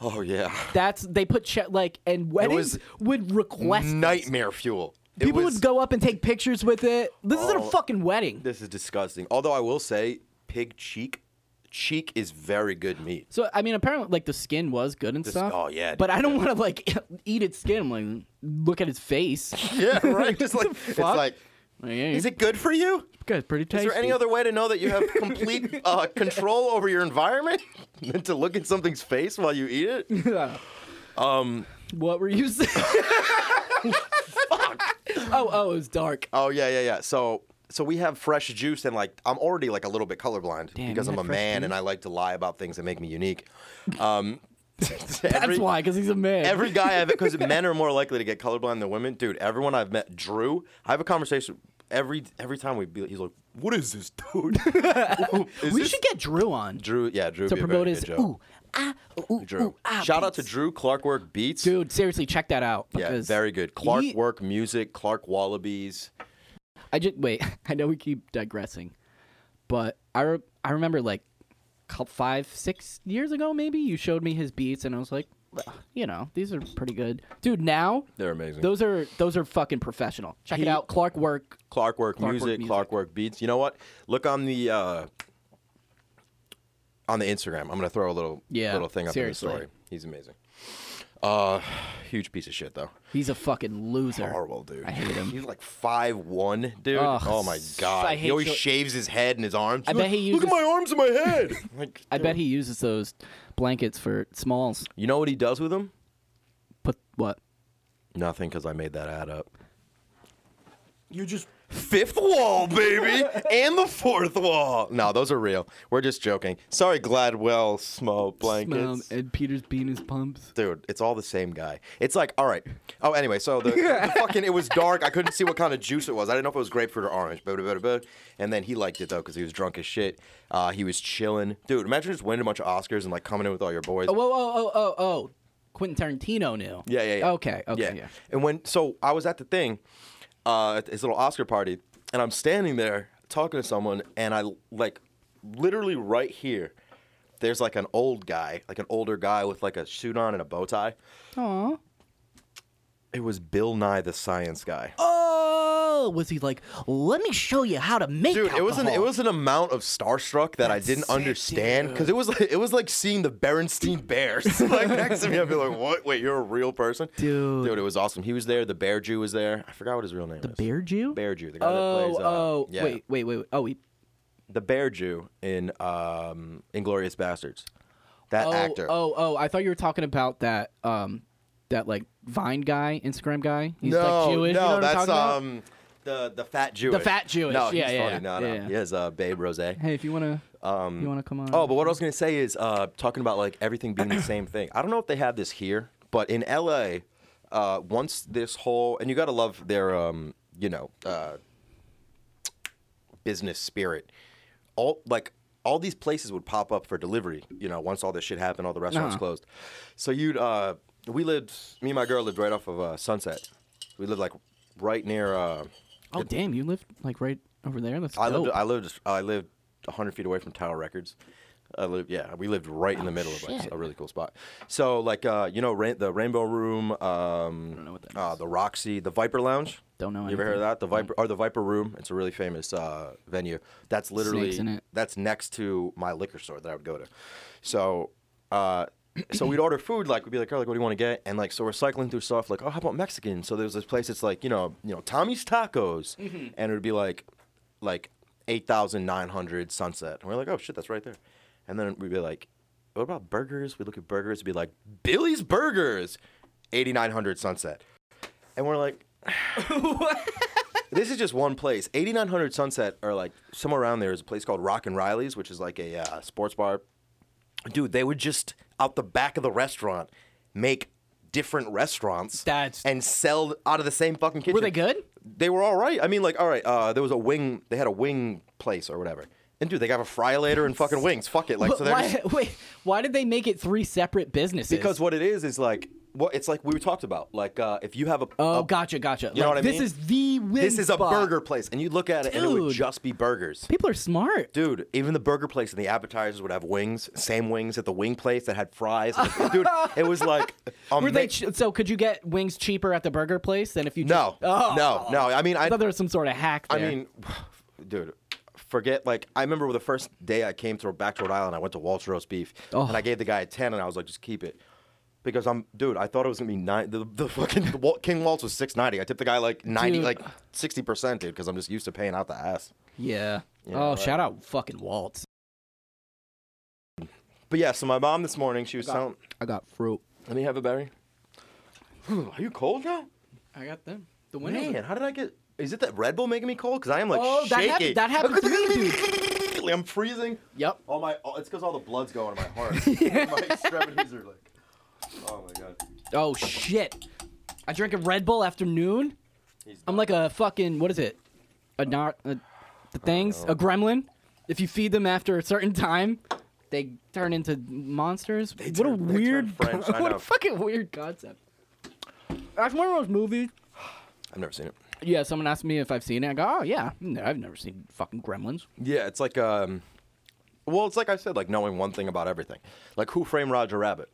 B: Oh yeah.
A: that's they put che- like and weddings
B: was
A: would request this.
B: nightmare fuel. It
A: people
B: was-
A: would go up and take pictures with it this is at a
B: Oh.
A: fucking wedding
B: This is disgusting. Although I will say, pig cheek, cheek is very good meat.
A: So I mean, apparently, like the skin was good and stuff.
B: oh, yeah,
A: But I don't
B: yeah.
A: want to like eat its skin. I'm like, look at its face.
B: Yeah, right. Just like it's
A: fuck?
B: like,
A: Like, yeah,
B: is it good for you?
A: good? Pretty
B: Is
A: tasty.
B: there any other way to know that you have complete uh, control over your environment than to look in something's face while you eat it? Um,
A: What were you saying? Oh, oh, it was dark.
B: Oh yeah, yeah, yeah. So so we have fresh juice and like I'm already like a little bit colorblind
A: Damn,
B: because
A: you
B: I'm
A: had
B: a
A: fresh
B: man and I like to lie about things that make me unique. Um, every-
A: That's why, because he's a man.
B: Every guy I've because men are more likely to get colorblind than women. Dude, everyone I've met, Drew, I have a conversation every every time we be. He's like, "What is this, dude?" Is
A: we
B: this-
A: should get Drew on
B: Drew. Yeah, Drew.
A: to
B: would be a
A: promote
B: very
A: his.
B: good Joe.
A: Ooh, ah, ooh, ooh,
B: Drew.
A: ah,
B: Shout out to
A: beats.
B: Drew Clarkwork Beats.
A: Dude, seriously, check that out.
B: yeah,
A: because
B: very good.
A: he-
B: Clarkwork Music, Clark Wallabies.
A: I just wait. I know we keep digressing, but I re- I remember like cou- five six years ago maybe you showed me his beats and I was like, "Ugh, you know, these are pretty good, dude. Now
B: They're amazing.
A: those are those are fucking professional. Check it
B: He-
A: out, Clark Work.
B: Clarkwork,
A: Clarkwork
B: music,
A: Music.
B: Clarkwork beats. You know what? Look on the uh, on the Instagram. I'm gonna throw a little
A: Yeah,
B: little thing up
A: seriously.
B: in the story. He's amazing. Uh, huge piece of shit though.
A: He's a fucking loser.
B: Horrible dude.
A: I hate him.
B: He's like five one, dude.
A: Ugh,
B: oh my
A: s-
B: god.
A: I
B: he
A: hate
B: always
A: you-
B: shaves his head and his arms.
A: I bet he
B: Look at
A: uses-
B: my arms and my head. like,
A: I bet he uses those blankets for smalls.
B: you know what he does with them?
A: Put what?
B: Nothing, because I made that ad up. You just fifth wall, baby, and the fourth wall. No, those are real. We're just joking. Sorry, Gladwell, small
A: Smell
B: blankets.
A: Ed Peters penis pumps.
B: Dude, it's all the same guy. It's like, all right. Oh, anyway, so the, the fucking it was dark. I couldn't see what kind of juice it was. I didn't know if it was grapefruit or orange. Blah, blah, blah, blah. And then he liked it though because he was drunk as shit. Uh, he was chilling, dude. Imagine just winning a bunch of Oscars and like coming in with all your boys.
A: Oh, whoa, oh, oh, oh, oh. Quentin Tarantino knew.
B: Yeah, yeah, yeah.
A: Okay, okay, yeah.
B: And when so I was at the thing, uh, at his little Oscar party, and I'm standing there talking to someone, and I like literally right here, there's like an old guy, like an older guy with like a suit on and a bow tie.
A: Aw.
B: It was Bill Nye the Science Guy.
A: Oh, was he like?
D: Let me show you how to make
B: Dude, it was an it
D: alcohol.
B: was an amount of starstruck that I didn't understand because it was like it was like seeing the Berenstein Bears like next to me. I'd be like, "What? Wait, you're a real person,
A: Dude.
B: Dude, it was awesome. He was there. The Bear Jew was there. I forgot what his real name
A: The
B: is.
A: Bear Jew?
B: Bear Jew, the guy that
A: oh,
B: plays. Uh,
A: oh,
B: yeah,
A: wait, wait, wait, wait. Oh, he,
B: the Bear Jew in um, *Inglorious Bastards*. That
A: oh,
B: actor.
A: oh, oh. I thought you were talking about that, um, that like Vine guy, Instagram guy. He's
B: no,
A: like Jewish.
B: no,
A: you know what I'm
B: that's
A: talking about?
B: um, the the fat Jewish.
A: fat Jewish,
B: No,
A: yeah,
B: he's
A: yeah,
B: funny. No,
A: yeah,
B: no,
A: yeah.
B: he has uh, Babe Rose.
A: Hey, if you wanna, um, you wanna come on.
B: Oh, but what I was gonna say is uh, talking about like everything being the same thing. I don't know if they have this here, but in LA, uh, once this whole and you gotta love their um, you know uh, business spirit. All like all these places would pop up for delivery. You know, once all this shit happened, all the restaurants
A: Uh-huh.
B: closed. So you'd uh, we lived me and my girl lived right off of uh, Sunset. We lived like right near uh,
A: Oh damn, you lived like right over there. That's
B: I lived.
A: dope.
B: I lived. I lived 100 feet away from Tower Records. I lived. Yeah, we lived right
A: Oh,
B: in the middle of like,
D: shit.
B: a really cool spot. So like, uh, you know, Rain the Rainbow Room, um,
A: know what that
B: uh, the Roxy, the Viper Lounge.
A: Don't know
B: You ever heard of
A: anything.
B: that? The Viper or the Viper Room? It's a really famous uh, venue. That's literally
A: in it.
B: that's next to my liquor store that I would go to. So. Uh, so we'd order food, like we'd be like, "Oh, like, what do you want to get?" And like, so we're cycling through stuff, like, "Oh, how about Mexican?" So there's this place, it's like, you know, you know, Tommy's Tacos,
A: Mm-hmm.
B: and it would be like, like eight thousand nine hundred Sunset, and we're like, "Oh shit, that's right there," and then we'd be like, "What about burgers?" We look at burgers, it'd be like Billy's Burgers, eighty nine hundred Sunset, and we're like, this is just one place. 8900 Sunset, or like somewhere around there, is a place called Rock and Riley's, which is like a uh, sports bar. Dude, they would just out the back of the restaurant make different restaurants
A: That's-
B: and sell out of the same fucking kitchen.
A: Were they good?
B: They were all right. I mean, like, all right. Uh, there was a wing. They had a wing place or whatever. And dude, they got a fry later and fucking wings. Fuck it. Like, so
A: But
B: they're
A: why,
B: just-
A: wait, why did they make it three separate businesses?
B: because what it is is like what it's like we talked about. Like, uh, if you have a
A: oh,
B: a-
A: gotcha, gotcha.
B: You know
A: Like,
B: what I
A: this
B: mean?
A: is the win
B: This is a
A: spot.
B: burger place, and you would look at it, and it would
A: Dude.
B: just be burgers.
A: People are smart.
B: Dude, even the burger place and the appetizers would have wings, same wings at the wing place that had fries. And- Dude, it was like um,
A: Were they ch- so? Could you get wings cheaper at the burger place than if you?
B: No,
A: Just, oh,
B: no, no. I mean, I,
A: I thought there was some sort of hack.
B: I
A: there.
B: mean, dude, forget like I remember the first day I came to back to Rhode Island, I went to Walt's roast beef,
A: Oh.
B: and I gave the guy a ten, and I was like, just keep it. Because I'm, dude. I thought it was gonna be nine. The, the fucking the Wal- King Waltz was six ninety. I tipped the guy like ninety,
A: Dude.
B: like sixty percent, dude. Because I'm just used to paying out the ass.
A: yeah.
B: Yeah,
A: oh,
B: right.
A: shout out fucking Waltz.
B: But yeah, so my mom this morning, she was
A: Got-
B: telling,
A: I got fruit.
B: "Let me have a berry." Are you cold now?
A: I got them. The windows.
B: Man, how did I get? Is it that Red Bull making me cold? Because I am like
A: Oh, that
B: shaking.
A: happened- that happened to me,
B: Like, I'm freezing.
A: Yep.
B: All my, all, it's because all the blood's going to my heart. my extremities are like. Oh my god.
A: Oh shit! I drink a Red Bull afternoon.
B: He's
A: I'm
B: done.
A: like a fucking what is it? A not a, the things a gremlin. If you feed them after a certain time, they turn into monsters. what a
B: turn- they turn
A: weird,
B: French, I
A: what
B: know.
A: a fucking weird concept. That's one of those movies.
B: I've never seen it.
A: Yeah, someone asked me if I've seen it. I go, oh yeah, no, I've never seen fucking Gremlins.
B: Yeah, it's like um, well, it's like I said, like knowing one thing about everything. Like Who Framed Roger Rabbit?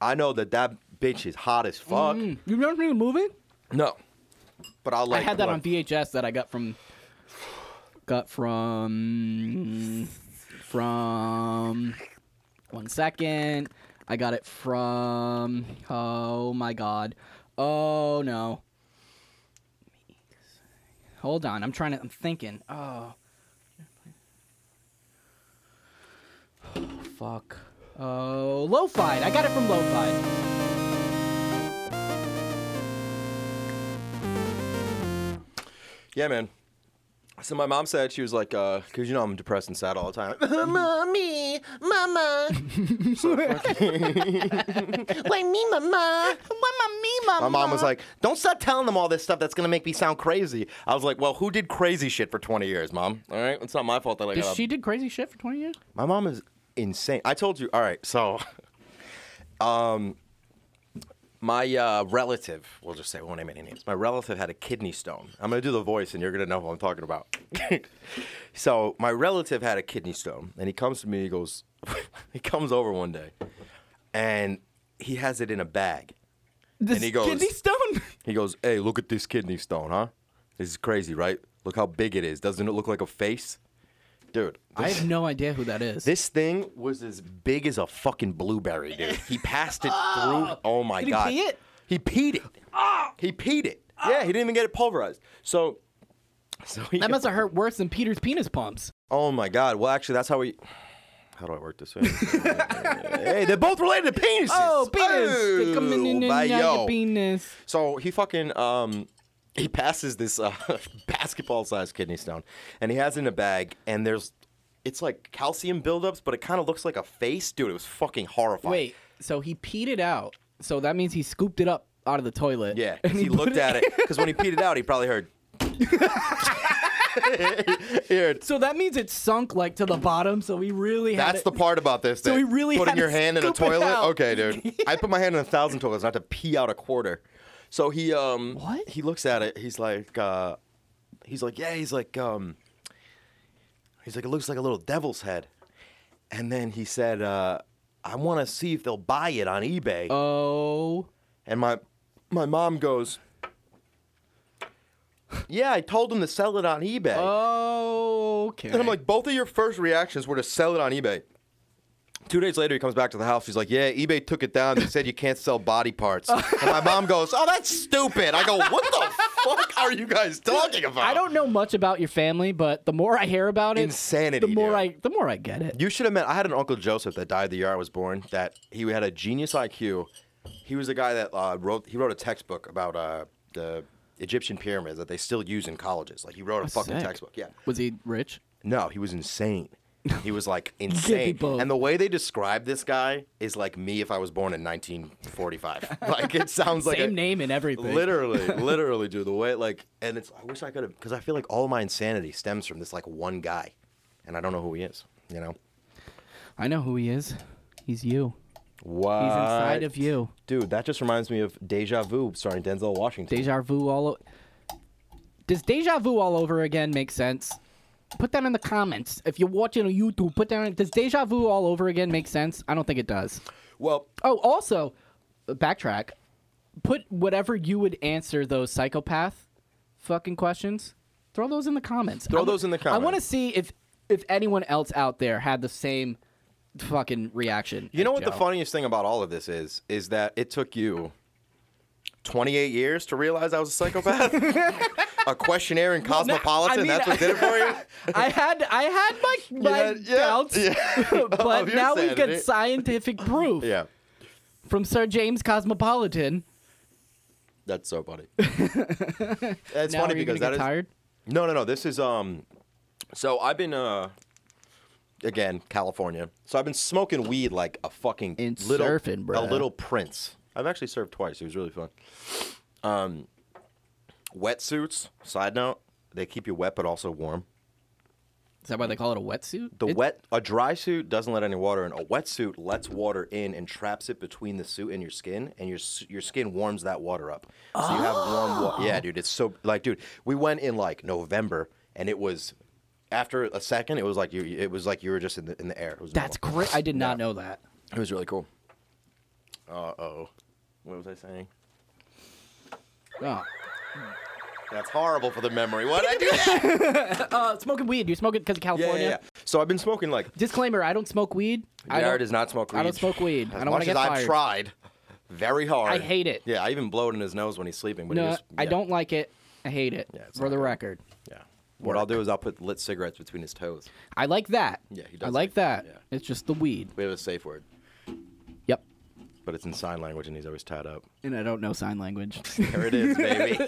B: I know that that bitch is hot as fuck.
A: You've never seen the movie?
B: No, but I'll like.
A: Mm. I had that on
B: look.
A: VHS that I got from got from from one second. I got it from oh my god. Oh no. Hold on, I'm trying to I'm thinking. Oh. Fuck. Oh, Lo-Fi. I got it from Lo-Fi.
B: Yeah, man. So my mom said she was like, uh, cause you know I'm depressed and sad all the time. mommy, mama. Why me, mama?
D: Mamma mia, mama.
B: My mom was like, "Don't stop telling them all this stuff. That's gonna make me sound crazy." I was like, "Well, who did crazy shit for 20 years, mom? All right, it's not my fault that I
A: Did
B: got."
A: she did crazy shit for 20 years?
B: My mom is insane. I told you. All right, so, um, my uh, relative, we'll just say, we won't name any names. My relative had a kidney stone. I'm gonna do the voice, and you're gonna know who I'm talking about. so, my relative had a kidney stone, and he comes to me. He goes, he comes over one day, and he has it in a bag.
A: This
B: he goes-
A: Kidney Stone.
B: He goes, "Hey, look at this kidney stone, huh? This is crazy, right? Look how big it is. Doesn't it look like a face, dude?
A: I
B: This,
A: have no idea who that is.
B: this thing was as big as a fucking blueberry, dude. He passed it through. Oh my
A: he
B: god!
A: pee it?
B: He peed it. He peed it. Yeah, he didn't even get it pulverized. So, so he,
A: that must have hurt worse than Peter's penis pumps.
B: Oh my god. Well, actually, that's how we. How do I work this? way? hey, they're both related to penises.
A: Oh, They come in and
B: Oh,
A: out
B: yo.
A: your penis.
B: So he fucking um he passes this uh, basketball sized kidney stone and he has it in a bag and there's it's like calcium buildups, but it kind of looks like a face. Dude, it was fucking horrifying.
A: Wait, so he peed it out. So that means he scooped it up out of the toilet.
B: Yeah, 'cause
A: and
B: he,
A: put
B: looked at it. Because when he peed it out, he probably heard. He heard,
A: So that means it sunk like to the bottom. So he really had.
B: That's
A: it-
B: the part about this.
A: So
B: that
A: he really
B: putting
A: had to
B: your hand in a
A: scoop it
B: toilet.
A: out.
B: Okay, dude. I put my hand in a thousand toilets not to pee out a quarter. So he um
A: What?
B: he looks at it. He's like uh He's like, yeah, he's like, um, he's like, it looks like a little devil's head. And then he said, uh, I want to see if they'll buy it on eBay.
A: Oh,
B: And my my mom goes, Yeah, I told him to sell it on eBay.
A: Oh. okay.
B: and I'm like, both of your first reactions were to sell it on eBay. Two days later, he comes back to the house. He's like, "Yeah, eBay took it down. They said you can't sell body parts." and my mom goes, "Oh, that's stupid." I go, "What the fuck are you guys talking about?"
A: I don't know much about your family, but the more I hear about it,
B: Insanity,
A: The more
B: dude.
A: I, the more I get it.
B: You should have met. I had an uncle Joseph that died the year I was born. That he had a genius IQ. He was the guy that uh, wrote. He wrote a textbook about uh, the Egyptian pyramids that they still use in colleges. Like he wrote a fucking
A: sick.
B: textbook. Yeah.
A: Was he rich?
B: No, he was insane. He was like insane.
A: both.
B: and the way they describe this guy is like me if I was born in 1945. like it sounds like
A: Same
B: a-
A: name and everything.
B: Literally, literally, dude. The way like, and it's. I wish I could have, because I feel like all my insanity stems from this like one guy, and I don't know who he is. You know.
A: I know who he is. He's you.
B: Wow.
A: He's inside of you.
B: Dude, that just reminds me of Deja Vu starring Denzel Washington.
A: Deja vu all. O- Does deja vu all over again make sense? Put that in the comments. If you're watching on YouTube, put that in. Does deja vu all over again make sense? I don't think it does.
B: well,
A: Oh, also, backtrack. Put whatever you would answer those psychopath fucking questions. Throw those in the comments.
B: Throw
A: I wa-
B: those in the
A: I want to
B: comments.
A: see if if anyone else out there had the same fucking reaction.
B: you know what the
A: Joe.
B: funniest thing about all of this is? Is that it took you 28 years to realize I was a psychopath? a questionnaire in
A: no, I
B: Cosmopolitan,
A: mean-
B: that's what did it for you?
A: I had I had my my
B: had- yeah,
A: doubts,
B: yeah.
A: but
B: Of your
A: now we've got
B: sanity.
A: scientific proof
B: Yeah.
A: from Sir James Cosmopolitan.
B: That's so funny. That's
A: now
B: funny
A: are you
B: because
A: gonna
B: that
A: get
B: is
A: tired.
B: No, no, no. This is um. So I've been uh. Again, California. So I've been smoking weed like a fucking
A: And
B: little,
A: surfing,
B: a
A: bruh.
B: little prince. I've actually served twice. It was really fun. Um, wetsuits. Side note, they keep you wet but also warm.
A: Is that why they call it a wetsuit?
B: The
A: It-
B: wet, a dry suit doesn't let any water in. A wetsuit lets water in and traps it between the suit and your skin, and your s- your skin warms that water up. So you have warm
A: Oh.
B: water. Yeah, dude, it's so like, dude, we went in like November, and it was after a second, it was like you, it was like you were just in the in the air. It was
A: That's
B: normal.
A: great. I did not know that.
B: It was really cool. Uh oh, what was I saying?
A: Oh.
B: That's horrible for the memory. What did I do? that?
A: Uh, smoking weed. You smoke it because of
B: yeah,
A: California.
B: yeah, yeah. So I've been smoking like
A: Disclaimer: I don't smoke weed. I don't-
B: Jared does not smoke weed.
A: I don't smoke weed.
B: As
A: I don't
B: much
A: want to get
B: as
A: fired.
B: I've tried very hard.
A: I hate it.
B: Yeah, I even blow it in his nose when he's sleeping. But he
A: No,
B: just-
A: I
B: yeah,
A: don't like it. I hate it.
B: Yeah, it's
A: for
B: not
A: the
B: good.
A: record,
B: Yeah. What I'll do is I'll put lit cigarettes between his toes.
A: I like that.
B: Yeah, he
A: I
B: does
A: like
B: like
A: that.
B: that, yeah.
A: It's just the weed.
B: We have a safe word,
A: Yep.
B: but it's in sign language and he's always tied up.
A: And I don't know sign language.
B: There it is, baby.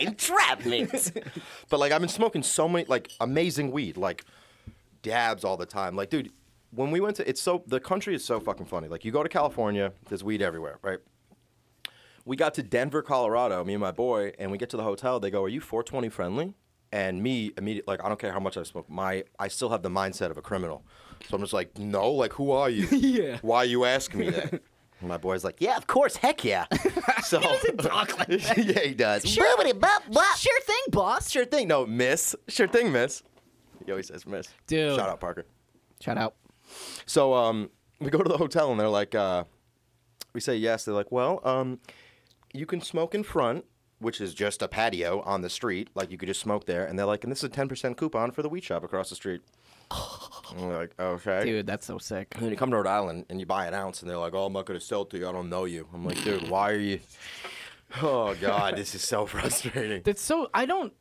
D: Entrapment.
B: but like I've been smoking so many like amazing weed, like dabs all the time. Like, dude, when we went to it's so the country is so fucking funny. Like you go to California, there's weed everywhere, right? We got to Denver, Colorado, me and my boy, and we get to the hotel, they go, Are you 420 friendly? And me immediately like I don't care how much I smoke, my I still have the mindset of a criminal. So I'm just like, No, like who are you?
A: Yeah.
B: Why are you asking me that? And my boy's like, Yeah, of course, heck yeah. So Yeah, he does.
D: Sure.
A: Sure thing, boss.
B: Sure thing. No, miss. Sure thing, miss. He always says miss.
A: Dude.
B: Shout out, Parker.
A: Shout out.
B: So um, we go to the hotel and they're like, uh, we say yes. They're like, well, um, you can smoke in front, which is just a patio on the street. Like you could just smoke there. And they're like, and this is a 10% coupon for the weed shop across the street. And we're like, okay.
A: Dude, that's so sick.
B: And then you come to Rhode Island and you buy an ounce, and they're like, "Oh, I'm not gonna sell it to you. I don't know you." I'm like, "Dude, why are you?" Oh God, this is so frustrating.
A: That's so I don't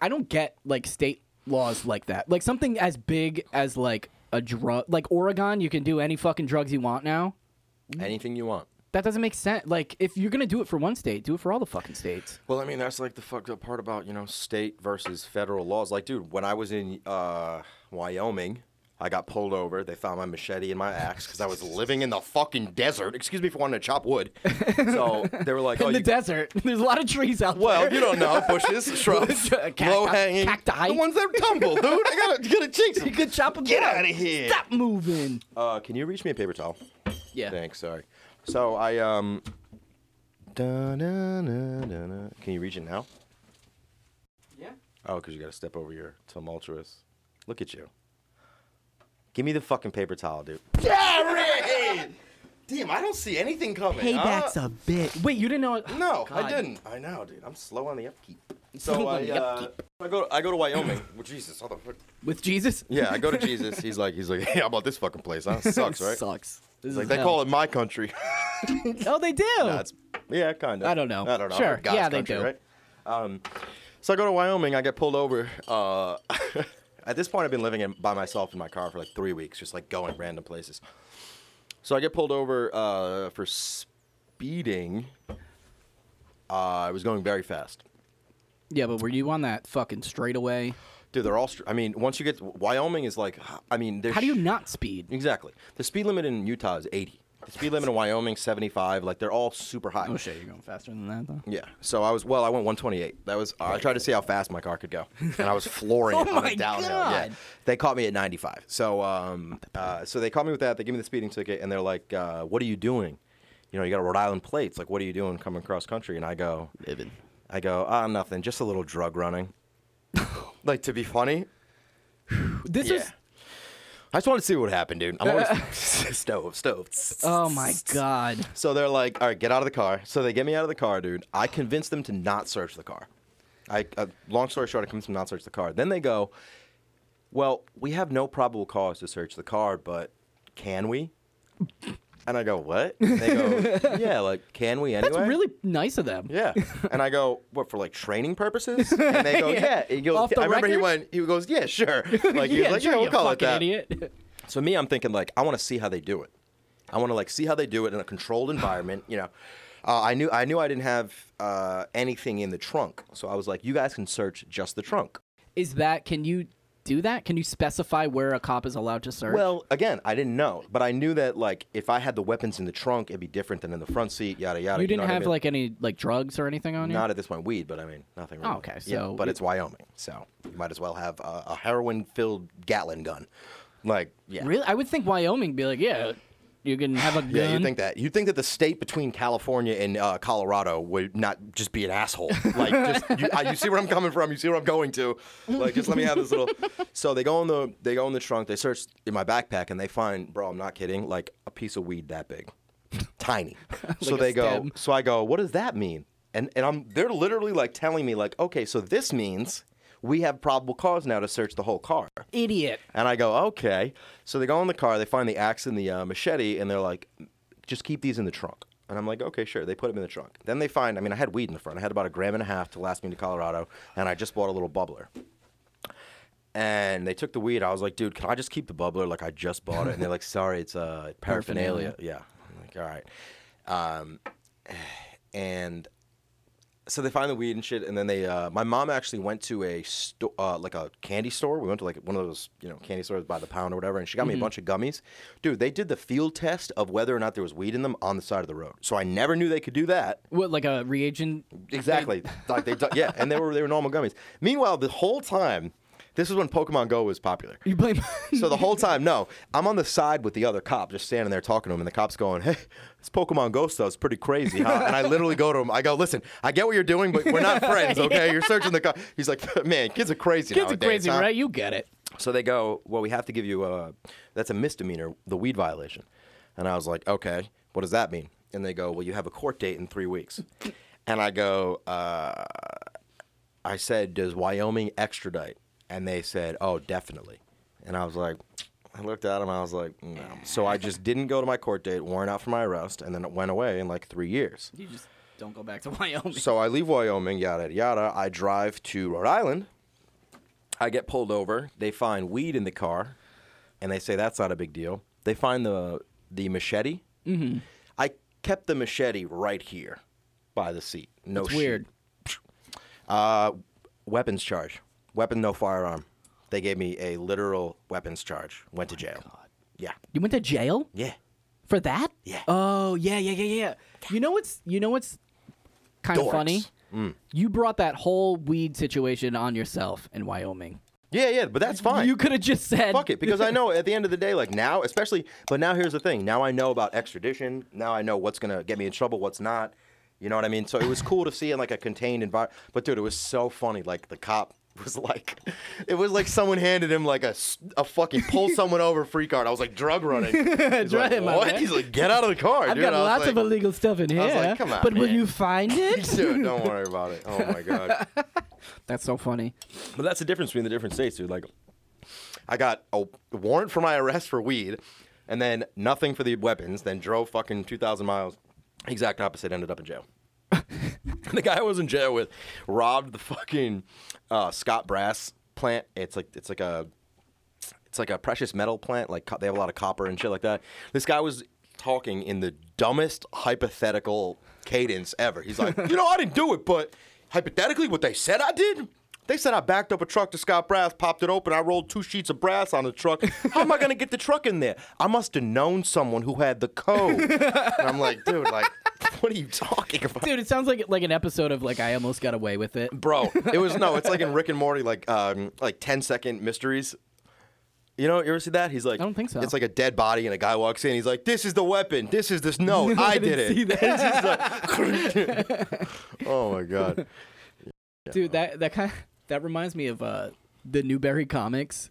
A: I don't get like state laws like that. Like something as big as like a drug like Oregon, you can do any fucking drugs you want now.
B: Anything you want.
A: That doesn't make sense. Like if you're going to do it for one state, do it for all the fucking states.
B: Well, I mean, that's like the fucked up part about, you know, state versus federal laws. Like, dude, when I was in uh, Wyoming, I got pulled over. They found my machete and my axe because I was living in the fucking desert. Excuse me for wanting to chop wood. So they were like, oh,
A: In the
B: you-
A: desert, there's a lot of trees out there.
B: well, you don't know. Bushes, shrubs,
A: Cacti-
B: low hanging.
A: cacti.
B: The ones that tumble, dude. I gotta, gotta jinx 'em.
A: You could chop them
B: Get
A: down.
B: outta here.
A: Stop moving.
B: Uh, can you reach me a paper towel?
A: Yeah.
B: Thanks, sorry. So I, um. da-na-na-na-na. Can you reach it now?
A: Yeah.
B: Oh, because you got to step over your tumultuous. Look at you. Give me the fucking paper towel, dude. Jared! Damn, I don't see anything coming.
E: Payback's a bitch.
A: Wait, you didn't know? It-
B: No,
A: God.
B: I didn't. I know, dude. I'm slow on the upkeep. So
A: slow on
B: I,
A: the
B: uh, I go. I go to Wyoming. Well, Jesus, how the fuck?
A: With Jesus?
B: Yeah, I go to Jesus. He's like, he's like, hey, how about this fucking place? Huh? Sucks, right?
A: Sucks. This
B: He's
A: is
B: Like they
A: hell.
B: call it my country.
A: Oh, they do.
B: That's yeah, kind of.
A: I don't know.
B: I don't know.
A: Sure.
B: God's
A: Yeah, they
B: country,
A: do.
B: Right? Um, so I go to Wyoming. I get pulled over. Uh, at this point, I've been living in, by myself in my car for like three weeks, just like going random places. So I get pulled over uh, for speeding. Uh, I was going very fast.
A: yeah, but were you on that fucking straightaway?
B: Dude, they're all. str- I mean, once you get Wyoming is like, I mean, there's
A: How do you not speed?
B: exactly the speed limit in Utah is 80. The speed limit in Wyoming 75. Like they're all super high.
A: Oh shit, you're going faster than that though.
B: Yeah. So I was well. I went 128. That was. I tried to see how fast my car could go, and I was flooring it
A: Oh
B: on
A: my
B: a downhill. Yeah.
A: God.
B: They caught me at 95. So um, uh, so they caught me with that. They give me the speeding ticket, and they're like, uh, "What are you doing? You know, you got Rhode Island plates. Like, what are you doing coming cross country?" And I go,
A: Living.
B: I go, "Ah, nothing. Just a little drug running." like to be funny.
A: This
B: Yeah.
A: is.
B: I just wanted to see what happened, dude. I'm always stove, stove.
A: Oh my god.
B: So they're like, all right, get out of the car. So they get me out of the car, dude. I convince them to not search the car. I uh, long story short, I convince them not to search the car. Then they go, well, we have no probable cause to search the car, but can we? And I go, what? And they go, yeah, like can we anyway?
A: That's really nice of them.
B: Yeah. And I go, what for like training purposes? And they go, yeah. And he goes-
A: Off the
B: I remember he
A: record?
B: went, he goes, yeah, sure. Like he was like,
A: sure,
B: yeah, we'll
A: you
B: call it
A: fucking
B: that.
A: Idiot.
B: So me, I'm thinking like I want to see how they do it. I want to like see how they do it in a controlled environment. You know, uh, I knew I knew I didn't have uh, anything in the trunk, so I was like, you guys can search just the trunk.
A: Is that? Can you do that? Can you specify where a cop is allowed to search?
B: Well, again, I didn't know, but I knew that like if I had the weapons in the trunk, it'd be different than in the front seat. Yada yada.
A: you didn't
B: know what I
A: have
B: mean?
A: like any like drugs or anything on you.
B: Not at this point, weed, but I mean nothing. Really.
A: Oh, okay,
B: Yeah,
A: so
B: but
A: you-
B: it's Wyoming, so you might as well have a, a heroin-filled Gatlin gun. Like, yeah,
A: Really? I would think Wyoming be like, yeah, you can have a gun.
B: Yeah, you think that? You think that the state between California and uh, Colorado would not just be an asshole? Like, just you, I, you see where I'm coming from. You see where I'm going to. Like, just let me have this little. So they go in the they go in the trunk. They search in my backpack and they find, bro, I'm not kidding, like a piece of weed that big, tiny.
A: Like
B: so
A: a
B: they go.
A: stem.
B: So I go, what does that mean? And and I'm they're literally like telling me like, okay, so this means we have probable cause now to search the whole car.
A: Idiot.
B: And I go, okay. So they go in the car, they find the axe and the uh, machete, and they're like, just keep these in the trunk. And I'm like, okay, sure. They put them in the trunk. Then they find, I mean, I had weed in the front. I had about a gram and a half to last me to Colorado, and I just bought a little bubbler. And they took the weed. I was like, dude, can I just keep the bubbler? Like, I just bought it. And they're like, sorry, it's uh, paraphernalia.
A: Paraphernalia.
B: Yeah. I'm like, all right. Um, and so they find the weed and shit, and then they. Uh, my mom actually went to a sto- uh, like a candy store. We went to like one of those you know candy stores by the pound or whatever, and she got me a bunch of gummies. Dude, they did the field test of whether or not there was weed in them on the side of the road. So I never knew they could do that.
A: What, like a reagent?
B: Exactly. like they, do- yeah, and they were they were normal gummies. Meanwhile, the whole time, this is when Pokemon Go was popular.
A: You blame.
B: So the whole time, no, I'm on the side with the other cop, just standing there talking to him, and the cop's going, "Hey, this Pokemon Go stuff's pretty crazy, huh?" And I literally go to him, I go, "Listen, I get what you're doing, but we're not friends, okay? You're searching the car." He's like, "Man, kids are crazy
A: Kids are
B: nowadays,
A: crazy,
B: huh?"
A: right? You get it.
B: So they go, "Well, we have to give you a that's a misdemeanor, the weed violation," and I was like, "Okay, what does that mean?" And they go, "Well, you have a court date in three weeks," and I go, uh, "I said, does Wyoming extradite?" And they said, "Oh, definitely," and I was like. I looked at him. I was like, no. So I just didn't go to my court date, warrant out for my arrest, and then it went away in like three years.
A: You just don't go back to Wyoming.
B: So I leave Wyoming, yada yada. I drive to Rhode Island. I get pulled over. They find weed in the car, and they say that's not a big deal. They find the the machete. Mm-hmm. I kept the machete right here, by the seat. No
A: It's
B: shit.
A: weird.
B: Uh, weapons charge. Weapon, no firearm. They gave me a literal weapons charge. Went to jail. Yeah,
A: You went to jail
B: yeah,
A: for that?
B: yeah.
A: Oh yeah, yeah, yeah, yeah. You know what's you know what's kind
B: Dorks. Mm.
A: of funny? You brought that whole weed situation on yourself in Wyoming.
B: yeah, yeah. But that's fine.
A: You could have just said
B: fuck it because I know at the end of the day, like now, especially. But now here's the thing: now I know about extradition. Now I know what's gonna get me in trouble, what's not. You know what I mean? So it was cool to see in like a contained environment. But dude, it was so funny. Like the cop was like it was like someone handed him like a, s- a fucking pull someone over free card. I was like drug running. He's
A: Drug
B: like,
A: running, my
B: what?
A: man."
B: He's like get out of the car,
A: I've
B: dude.
A: got
B: I was
A: lots of
B: like,
A: illegal stuff in here.
B: was like, "Come on,
A: but will
B: man."
A: you find it?
B: Dude, don't worry about it. Oh my god.
A: That's so funny.
B: But that's the difference between the different states, dude. Like, I got a warrant for my arrest for weed, and then nothing for the weapons. Then drove fucking two thousand miles. Exact opposite. Ended up in jail. the guy I was in jail with robbed the fucking uh, Scott Brass plant. It's like it's like a it's like a precious metal plant. Like co- they have a lot of copper and shit like that. This guy was talking in the dumbest hypothetical cadence ever. He's like, you know, I didn't do it, but hypothetically, what they said I did. They said I backed up a truck to Scott Brass, popped it open. I rolled two sheets of brass on the truck. How am I gonna get the truck in there? I must have known someone who had the code. and I'm like, dude, like, what are you talking about?
A: Dude, it sounds like like an episode of like I almost got away with it.
B: bro. It was no. It's like in Rick and Morty, like um, like 10 second mysteries. You know, you ever see that? He's like,
A: I don't think so.
B: It's like a dead body, and a guy walks in. He's like, "This is the weapon. This is this note. Oh, I, did
A: didn't
B: it."
A: see that.
B: It's just like- oh my god,
A: Dude, that that kind that reminds me of uh the Newberry comics.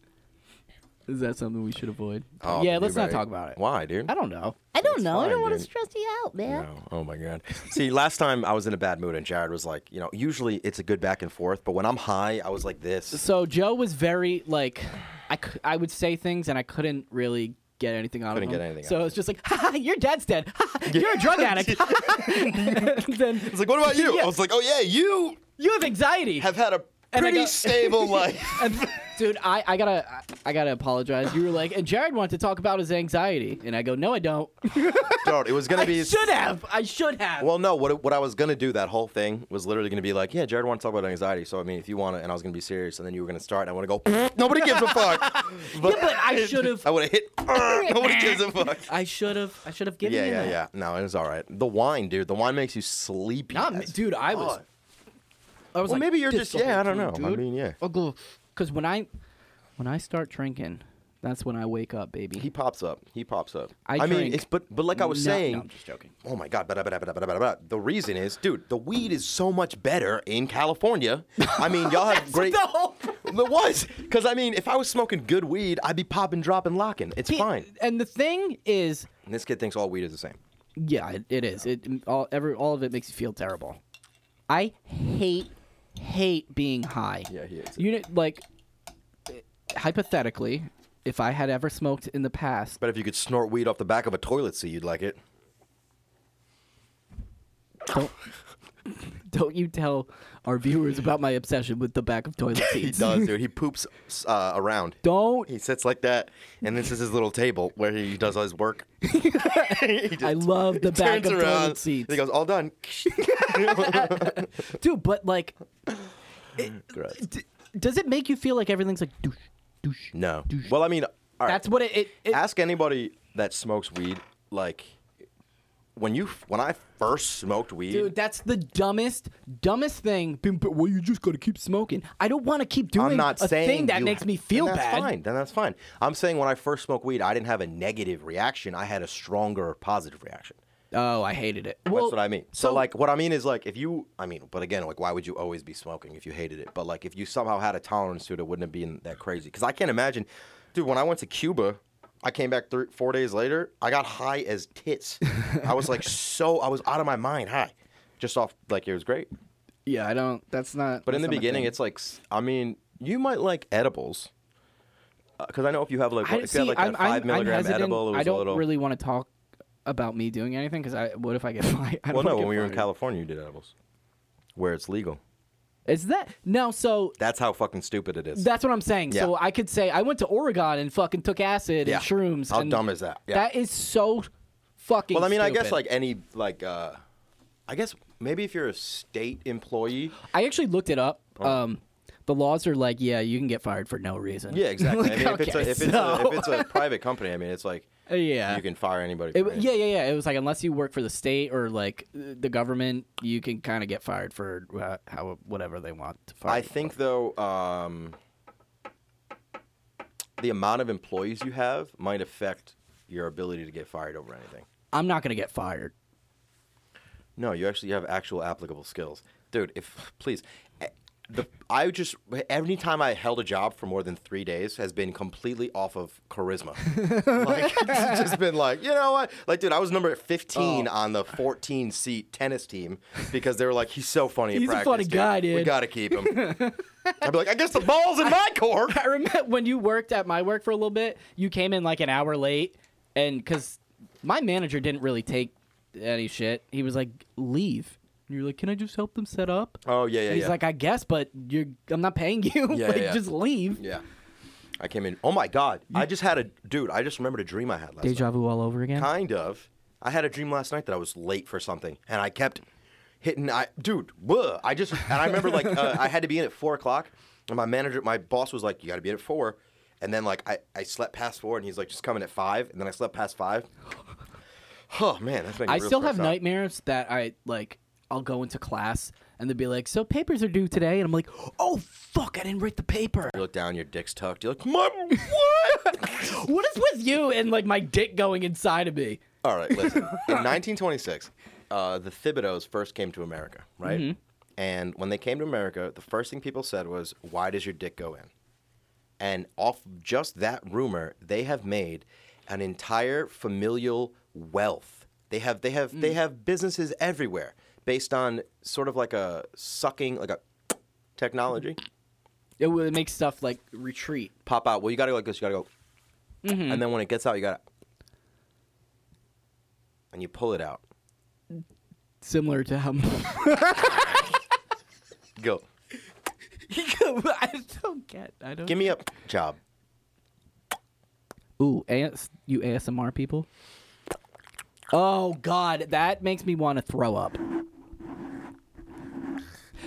A: Is that something we should avoid?
B: Oh,
A: yeah, let's
B: Newberry.
A: not talk about it.
B: why, dude?
A: I don't know.
D: I don't know. I
B: fine,
D: don't want to
B: dude.
D: stress you out, man.
B: No. Oh my god. See, last time I was in a bad mood, and Jared was like, you know, usually it's a good back and forth, but when I'm high, I was like this.
A: So Joe was very like, I, cou- I would say things and I couldn't really get anything out
B: Couldn't
A: of him.
B: get anything
A: so
B: out of
A: it was just like, ha, ha, your dad's dead. Ha, ha, you're a drug addict. Ha, ha. And then
B: It's like, what about you?
A: Yeah.
B: I was like, oh yeah, you
A: you have anxiety.
B: have had a
A: And I
B: pretty
A: got-
B: stable life.
A: And, dude, I, I gotta I- I gotta apologize. You were like, and Jared wanted to talk about his anxiety, and I go, no, I don't.
B: Dude, it was gonna
A: I
B: be
A: should have. I should have.
B: Well, no. What what I was gonna do that whole thing was literally gonna be like, yeah, Jared want to talk about anxiety. So I mean, if you want to, and I was gonna be serious, and then you were gonna start, and I want to go. Nobody gives a fuck. But
A: but I should've-
B: I would have hit. Nobody gives a fuck.
A: I should have. I should have given
B: Yeah,
A: you
B: yeah,
A: that.
B: yeah. No, it was all right. The wine, dude. The wine makes you sleepy.
A: Not me-
B: as
A: dude, I was-
B: fuck.
A: I was
B: Well,
A: like,
B: maybe you're
A: "This
B: just-
A: the whole
B: yeah, I don't
A: time,
B: know. I
A: dude."
B: mean, yeah.
A: I'll go because when I when I start drinking, that's when I wake up, baby.
B: He pops up. He pops up.
A: I
B: mean,
A: drink-
B: it's but but like I was
A: No, no,
B: saying.
A: I'm just joking.
B: Oh my God! Bada, bada, bada, bada, bada, bada. The reason is, dude, the weed is so much better in California. I mean, y'all have great.
A: The whole-
B: It was because I mean, if I was smoking good weed, I'd be popping, dropping, locking. It's fine.
A: And the thing is,
B: And this kid thinks all weed is the same.
A: yeah, it, it is. It all every all of it makes you feel terrible. I hate hate being high.
B: Yeah, he hates it.
A: You know, like hypothetically, if I had ever smoked in the past,
B: But if you could snort weed off the back of a toilet seat, you'd like it.
A: don't don't you tell our viewers about my obsession with the back of toilet
B: He
A: seats.
B: does, dude. He poops uh, around.
A: Don't
B: He sits like that, and this is his little table where he does all his work. He just
A: I love the back
B: turns
A: of
B: around.
A: toilet seats.
B: He goes, all done.
A: Dude, but like
B: Gross.
A: d- does it make you feel like everything's like douche douche?
B: No. Well, I mean, all right.
A: That's what it, it, it
B: ask anybody that smokes weed. Like, when you when I first smoked weed,
A: Dude, that's the dumbest, dumbest thing. Been- but, Well, you just gotta keep smoking. I don't want to keep doing
B: I'm not
A: a
B: saying
A: thing that
B: you-
A: makes me feel
B: then that's
A: bad.
B: Fine, then that's fine. I'm saying when I first smoked weed, I didn't have a negative reaction. I had a stronger positive reaction.
A: Oh, I hated it.
B: That's what I mean. So, like, what I mean is like, if you, I mean, but again, like, why would you always be smoking if you hated it? But like, if you somehow had a tolerance to it, it wouldn't have been that crazy. Because I can't imagine, dude. When I went to Cuba, I came back three, four days later. I got high as tits. I was like, so I was out of my mind high, just off like it was great.
A: yeah, I don't. That's not.
B: But in the beginning, it's like s- I mean, you might like edibles, because I know if you have like
A: I,
B: if
A: see,
B: you had like
A: I'm,
B: that
A: I'm-
B: 5
A: I'm
B: milligram
A: hesitant.
B: edible, it was
A: I don't
B: a little.
A: really want to talk about me doing anything because I. What if I get fired? I
B: well,
A: don't
B: no,
A: wanna
B: when
A: get
B: we were in
A: fired.
B: California, you did edibles, where it's legal.
A: is that no? So
B: That's how fucking stupid it is.
A: that's what I'm saying. So
B: Yeah.
A: I could say I went to Oregon and fucking took acid
B: Yeah.
A: and shrooms.
B: How
A: and
B: dumb is that? Yeah.
A: That is so fucking.
B: well, I mean, I guess
A: stupid.
B: like any like, uh I guess maybe if you're a state employee,
A: I actually looked it up.
B: Oh.
A: Um, the laws are like, yeah, you can get fired for no reason.
B: yeah, exactly. I
A: Like,
B: mean, if it's a,
A: okay,
B: if it's a,
A: so-
B: if it's a private company, I mean, it's like
A: Uh, yeah.
B: you can fire anybody.
A: It,
B: for
A: w- yeah,
B: anything.
A: yeah, yeah. It was like unless you work for the state or like uh, the government, you can kind of get fired for uh, how whatever they want to fire.
B: I
A: you
B: think
A: for.
B: though, um, the amount of employees you have might affect your ability to get fired over anything.
A: I'm not gonna get fired.
B: No, you actually have actual applicable skills, dude. If please, eh, the I just every time I held a job for more than three days has been completely off of charisma. like it's just been like, you know what? Like, dude, I was number fifteen
A: Oh.
B: on the fourteen seat tennis team because they were like, he's so funny
A: He's a
B: at practice.
A: funny guy,
B: We
A: dude."
B: gotta keep him. I'd be like, I guess the ball's in my court.
A: I remember when you worked at my work for a little bit, you came in like an hour late, and because my manager didn't really take any shit, he was like, "Leave." And you're like, "Can I just help them set up?"
B: Oh yeah, yeah,
A: and he's
B: yeah.
A: like, "I guess, but you're I'm not paying you.
B: Yeah,
A: like,
B: yeah, yeah.
A: just leave."
B: yeah. I came in. Oh my god! I just had a dude. I just remembered a dream I had last night.
A: Deja vu all over again.
B: Kind of. I had a dream last night that I was late for something, and I kept hitting. I dude, whoa, I just and I remember like uh, I had to be in at four o'clock, and my manager, my boss was like, "You got to be in at four. and then like I, I slept past four, and he's like, "Just come in at five. and then I slept past five. Oh man, that's making me
A: I
B: real
A: still have
B: stressed out.
A: nightmares that I like. I'll go into class and they'll be like, "So papers are due today," and I'm like, "Oh fuck, I didn't write the paper."
B: You look down, your dick's tucked. You're like, my what?
A: What is with you and like my dick going inside of me?
B: All right, listen. In 1926, uh, the Thibodeaux first came to America, right? And when they came to America, the first thing people said was, "Why does your dick go in?" And off just that rumor, they have made an entire familial wealth. They have they have they have businesses everywhere based on sort of like a sucking like a technology.
A: It would make stuff like retreat.
B: Pop out. Well, you gotta go like this. You gotta go, and then when it gets out, you gotta, and you pull it out.
A: similar to how
B: Go.
A: I don't get. I don't.
B: Give me a job.
A: Ooh, AS, you ASMR people. Oh God, that makes me want to throw up.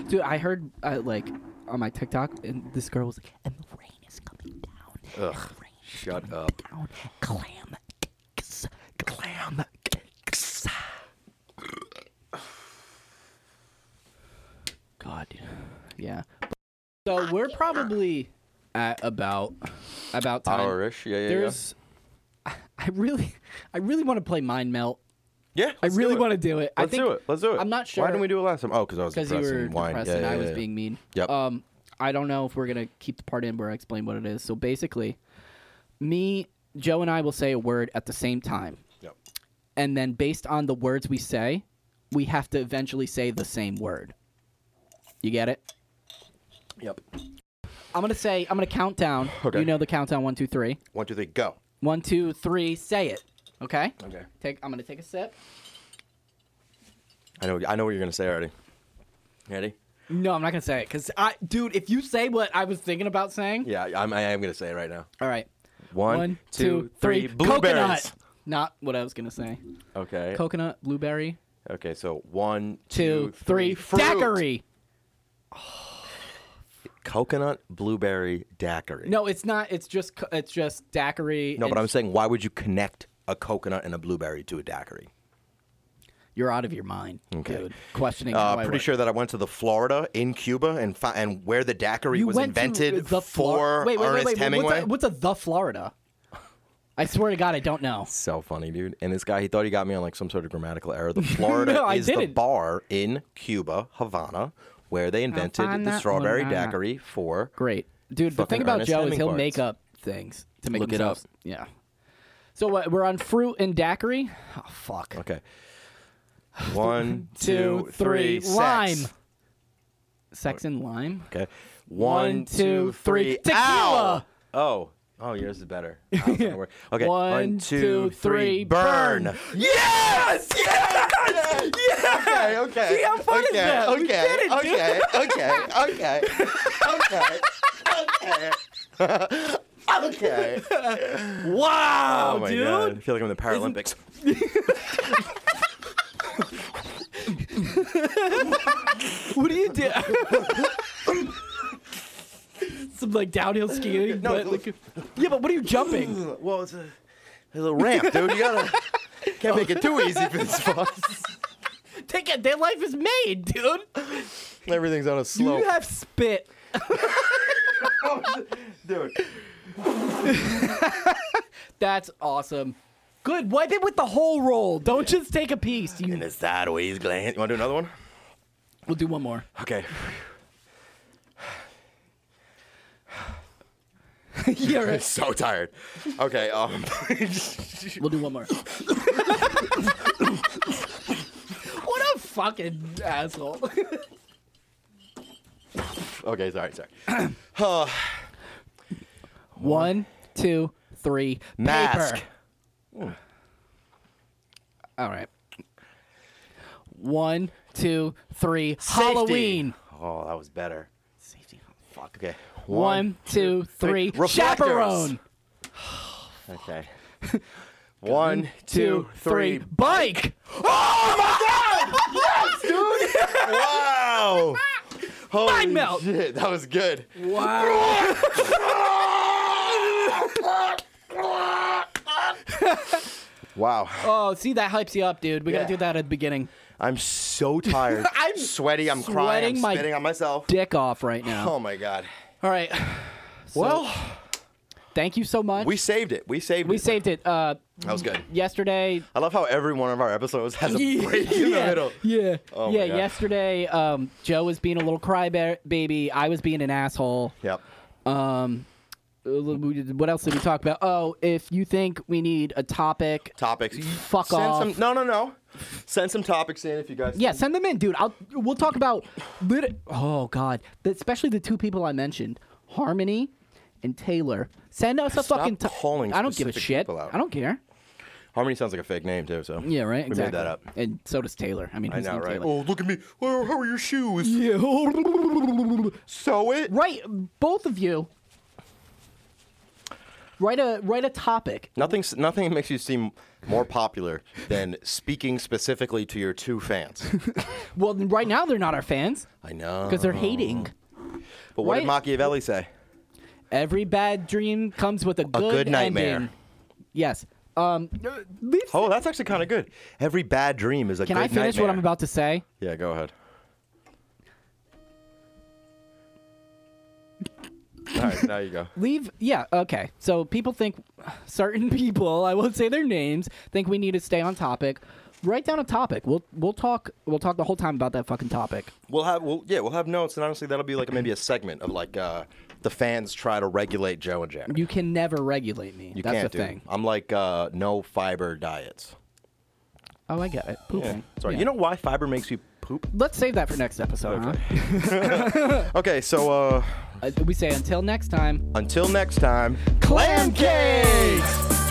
A: Dude, I heard uh, like on my TikTok, and this girl was like,
D: And the rain is coming down.
B: Ugh. Shut up.
D: Down. Clam. dicks, Clam. dicks.
A: "God, dude. yeah." So we're probably at about about time.
B: Yeah, yeah,
A: There's, I really, I really want to play Mind Melt.
B: yeah.
A: I really want to do it.
B: Let's
A: I think
B: do it. Let's do it.
A: I'm not
B: Why
A: sure-
B: didn't we do it last time? Oh, because I was
A: because
B: depressed
A: you were
B: and wine.
A: depressed
B: yeah,
A: and
B: yeah,
A: I was
B: yeah.
A: being mean.
B: Yep.
A: Um, I don't know if we're gonna keep the part in where I explain what it is. So basically, me, Joe, and I will say a word at the same time,
B: Yep.
A: and then based on the words we say, we have to eventually say the same word. You get it?
B: Yep.
A: I'm gonna say I'm gonna count down.
B: Okay.
A: You know the countdown one, two, three.
B: One, two, three, go.
A: One, two, three. Say it. Okay.
B: Okay.
A: Take. I'm gonna take a sip.
B: I know. I know what you're gonna say already. Ready?
A: No, I'm not gonna say it because I, dude, if you say what I was thinking about saying,
B: Yeah, I'm, I am gonna say it right now.
A: all right.
B: One,
A: One,
B: two, three. Blueberries.
A: Coconut. Not what I was gonna say.
B: Okay.
A: Coconut, blueberry,
B: Okay. So one,
A: two, three,
B: fruit.
A: daiquiri.
B: Coconut, blueberry, daiquiri.
A: No, it's not. It's just co- it's just daiquiri.
B: No, but
A: and-
B: I'm saying, why would you connect a coconut and a blueberry to a daiquiri?
A: you're out of your mind,
B: Okay.
A: dude. Questioning.
B: Uh,
A: how I
B: pretty
A: work.
B: sure that I went to the Florida in Cuba and fi- and where the daiquiri
A: you
B: was
A: went to
B: invented
A: the Flor-
B: for
A: wait, wait,
B: Ernest
A: wait, wait,
B: Hemingway.
A: What's a, what's a the Florida? I swear to God, I don't know.
B: so funny, dude. And this guy, he thought he got me on like some sort of grammatical error. The Florida
A: No, I
B: is the
A: didn't.
B: bar in Cuba, Havana, where they invented the
A: Havana,
B: strawberry
A: Havana.
B: daiquiri for.
A: Great, dude. The
B: Fucking
A: thing about
B: Ernest
A: Joe is he'll
B: Hemingway.
A: make up things to make
B: Look it
A: himself.
B: up.
A: Yeah. So what? We're on fruit and daiquiri. Oh fuck.
B: Okay. One,
A: Two,
B: two, three,
A: three, lime.
B: sex.
A: Sex and lime.
B: Okay. One, two, three.
A: Tequila.
B: Ow! Oh. Oh, yours is better. I was gonna work- Okay.
A: One,
B: One,
A: two,
B: two, three.
A: three,
B: burn.
A: burn.
B: Yes! Yes! Yes! Okay, okay.
A: See, how fun is
B: okay,
A: that?
B: Okay,
A: We did it, dude.
B: okay, okay, okay, okay, okay. Okay.
A: Oh, Wow,
B: Oh my god. I feel like I'm in the Paralympics.
A: What do you do? Some like downhill skiing.
B: No,
A: but, like, yeah, but what are you jumping?
B: Well, it's a, it's a ramp, dude. You gotta can't make it too easy for this boss.
A: Take it. Their life is made, dude.
B: Everything's on a slope.
A: You have spit.
B: dude.
A: That's awesome. Good. Wipe it with the whole roll. Don't just take a piece. You-
B: In a sideways glance. You wanna do another one?
A: we'll do one more.
B: Okay.
A: yeah,
B: I'm
A: right.
B: so tired. Okay. Um,
A: We'll do one more. what a fucking asshole.
B: okay. Sorry. Sorry. Uh,
A: one, two, three.
B: mask.
A: Paper. All right. One, two, three.
B: Safety.
A: Halloween.
B: Oh, that was better.
A: Safety.
B: Fuck. Okay.
A: One, two, three.
B: three.
A: Chaperone.
B: Okay. One,
A: Two, three. Bike.
B: Oh my god! Yes, dude! wow! Holy
A: Mind melt.
B: shit, that was good.
A: Wow.
B: Wow.
A: Oh, see that hypes you up, dude. We
B: Yeah.
A: gotta do that at the beginning.
B: I'm so tired.
A: I'm
B: sweaty, I'm
A: sweating
B: crying, I'm
A: my-
B: spitting on myself.
A: Dick off right now.
B: Oh my god.
A: All right. So,
B: well,
A: thank you so much.
B: we saved it. We saved
A: we
B: it.
A: saved it. Uh,
B: That was good.
A: yesterday.
B: I love how every one of our episodes has a break in the middle.
A: Yeah.
B: Oh my
A: yeah.
B: God.
A: Yesterday, um, Joe was being a little crybaby. I was being an asshole.
B: Yep.
A: Um, what else did we talk about? Oh, if you think we need a topic,
B: Topics.
A: Fuck
B: Send
A: off.
B: Some, no, no, no. Send some topics in if you guys.
A: yeah, send them in, dude. I'll we'll talk about. Lit- oh God, especially the two people I mentioned, Harmony and Taylor. Send us a
B: Stop
A: fucking. to-
B: calling
A: I don't give a
B: specific
A: shit.
B: people out.
A: I don't care.
B: Harmony sounds like a fake name too. So.
A: Yeah, right.
B: We
A: exactly.
B: made that up.
A: And so does Taylor. I mean,
B: I
A: who's
B: know,
A: named
B: right?
A: Taylor?
B: Oh, look at me. Oh, how are your shoes?
A: Yeah.
B: Sew it.
A: Right, both of you. Write a write a topic.
B: Nothing. s- Nothing makes you seem more popular than speaking specifically to your two fans.
A: Well, right now they're not our fans
B: I know.
A: because they're hating.
B: But what did
A: right-
B: Machiavelli say?
A: Every bad dream comes with a good,
B: good nightmare.
A: ending. Yes. Um, leave-
B: Oh, that's actually kind of good. Every bad dream is a
A: can
B: good
A: I finish what
B: nightmare.
A: I'm about to say?
B: Yeah, go ahead. All right, now you go.
A: Leave. Yeah. Okay. So people think certain people, I won't say their names, think we need to stay on topic. Write down a topic. We'll we'll talk we'll talk the whole time about that fucking topic.
B: We'll have, we'll, yeah, we'll have notes, and honestly, that'll be like maybe a segment of like uh, the fans try to regulate Joe and Jack.
A: You can never regulate me.
B: You
A: That's
B: can't
A: the
B: do.
A: thing.
B: I'm like uh, no fiber diets.
A: Oh, I get it. Pooping.
B: Sorry.
A: Yeah.
B: You know why fiber makes you poop?
A: Let's save that for next episode. Huh?
B: Okay, so uh,
A: Uh, we say until next time.
B: until next time,
A: Clam
B: cakes!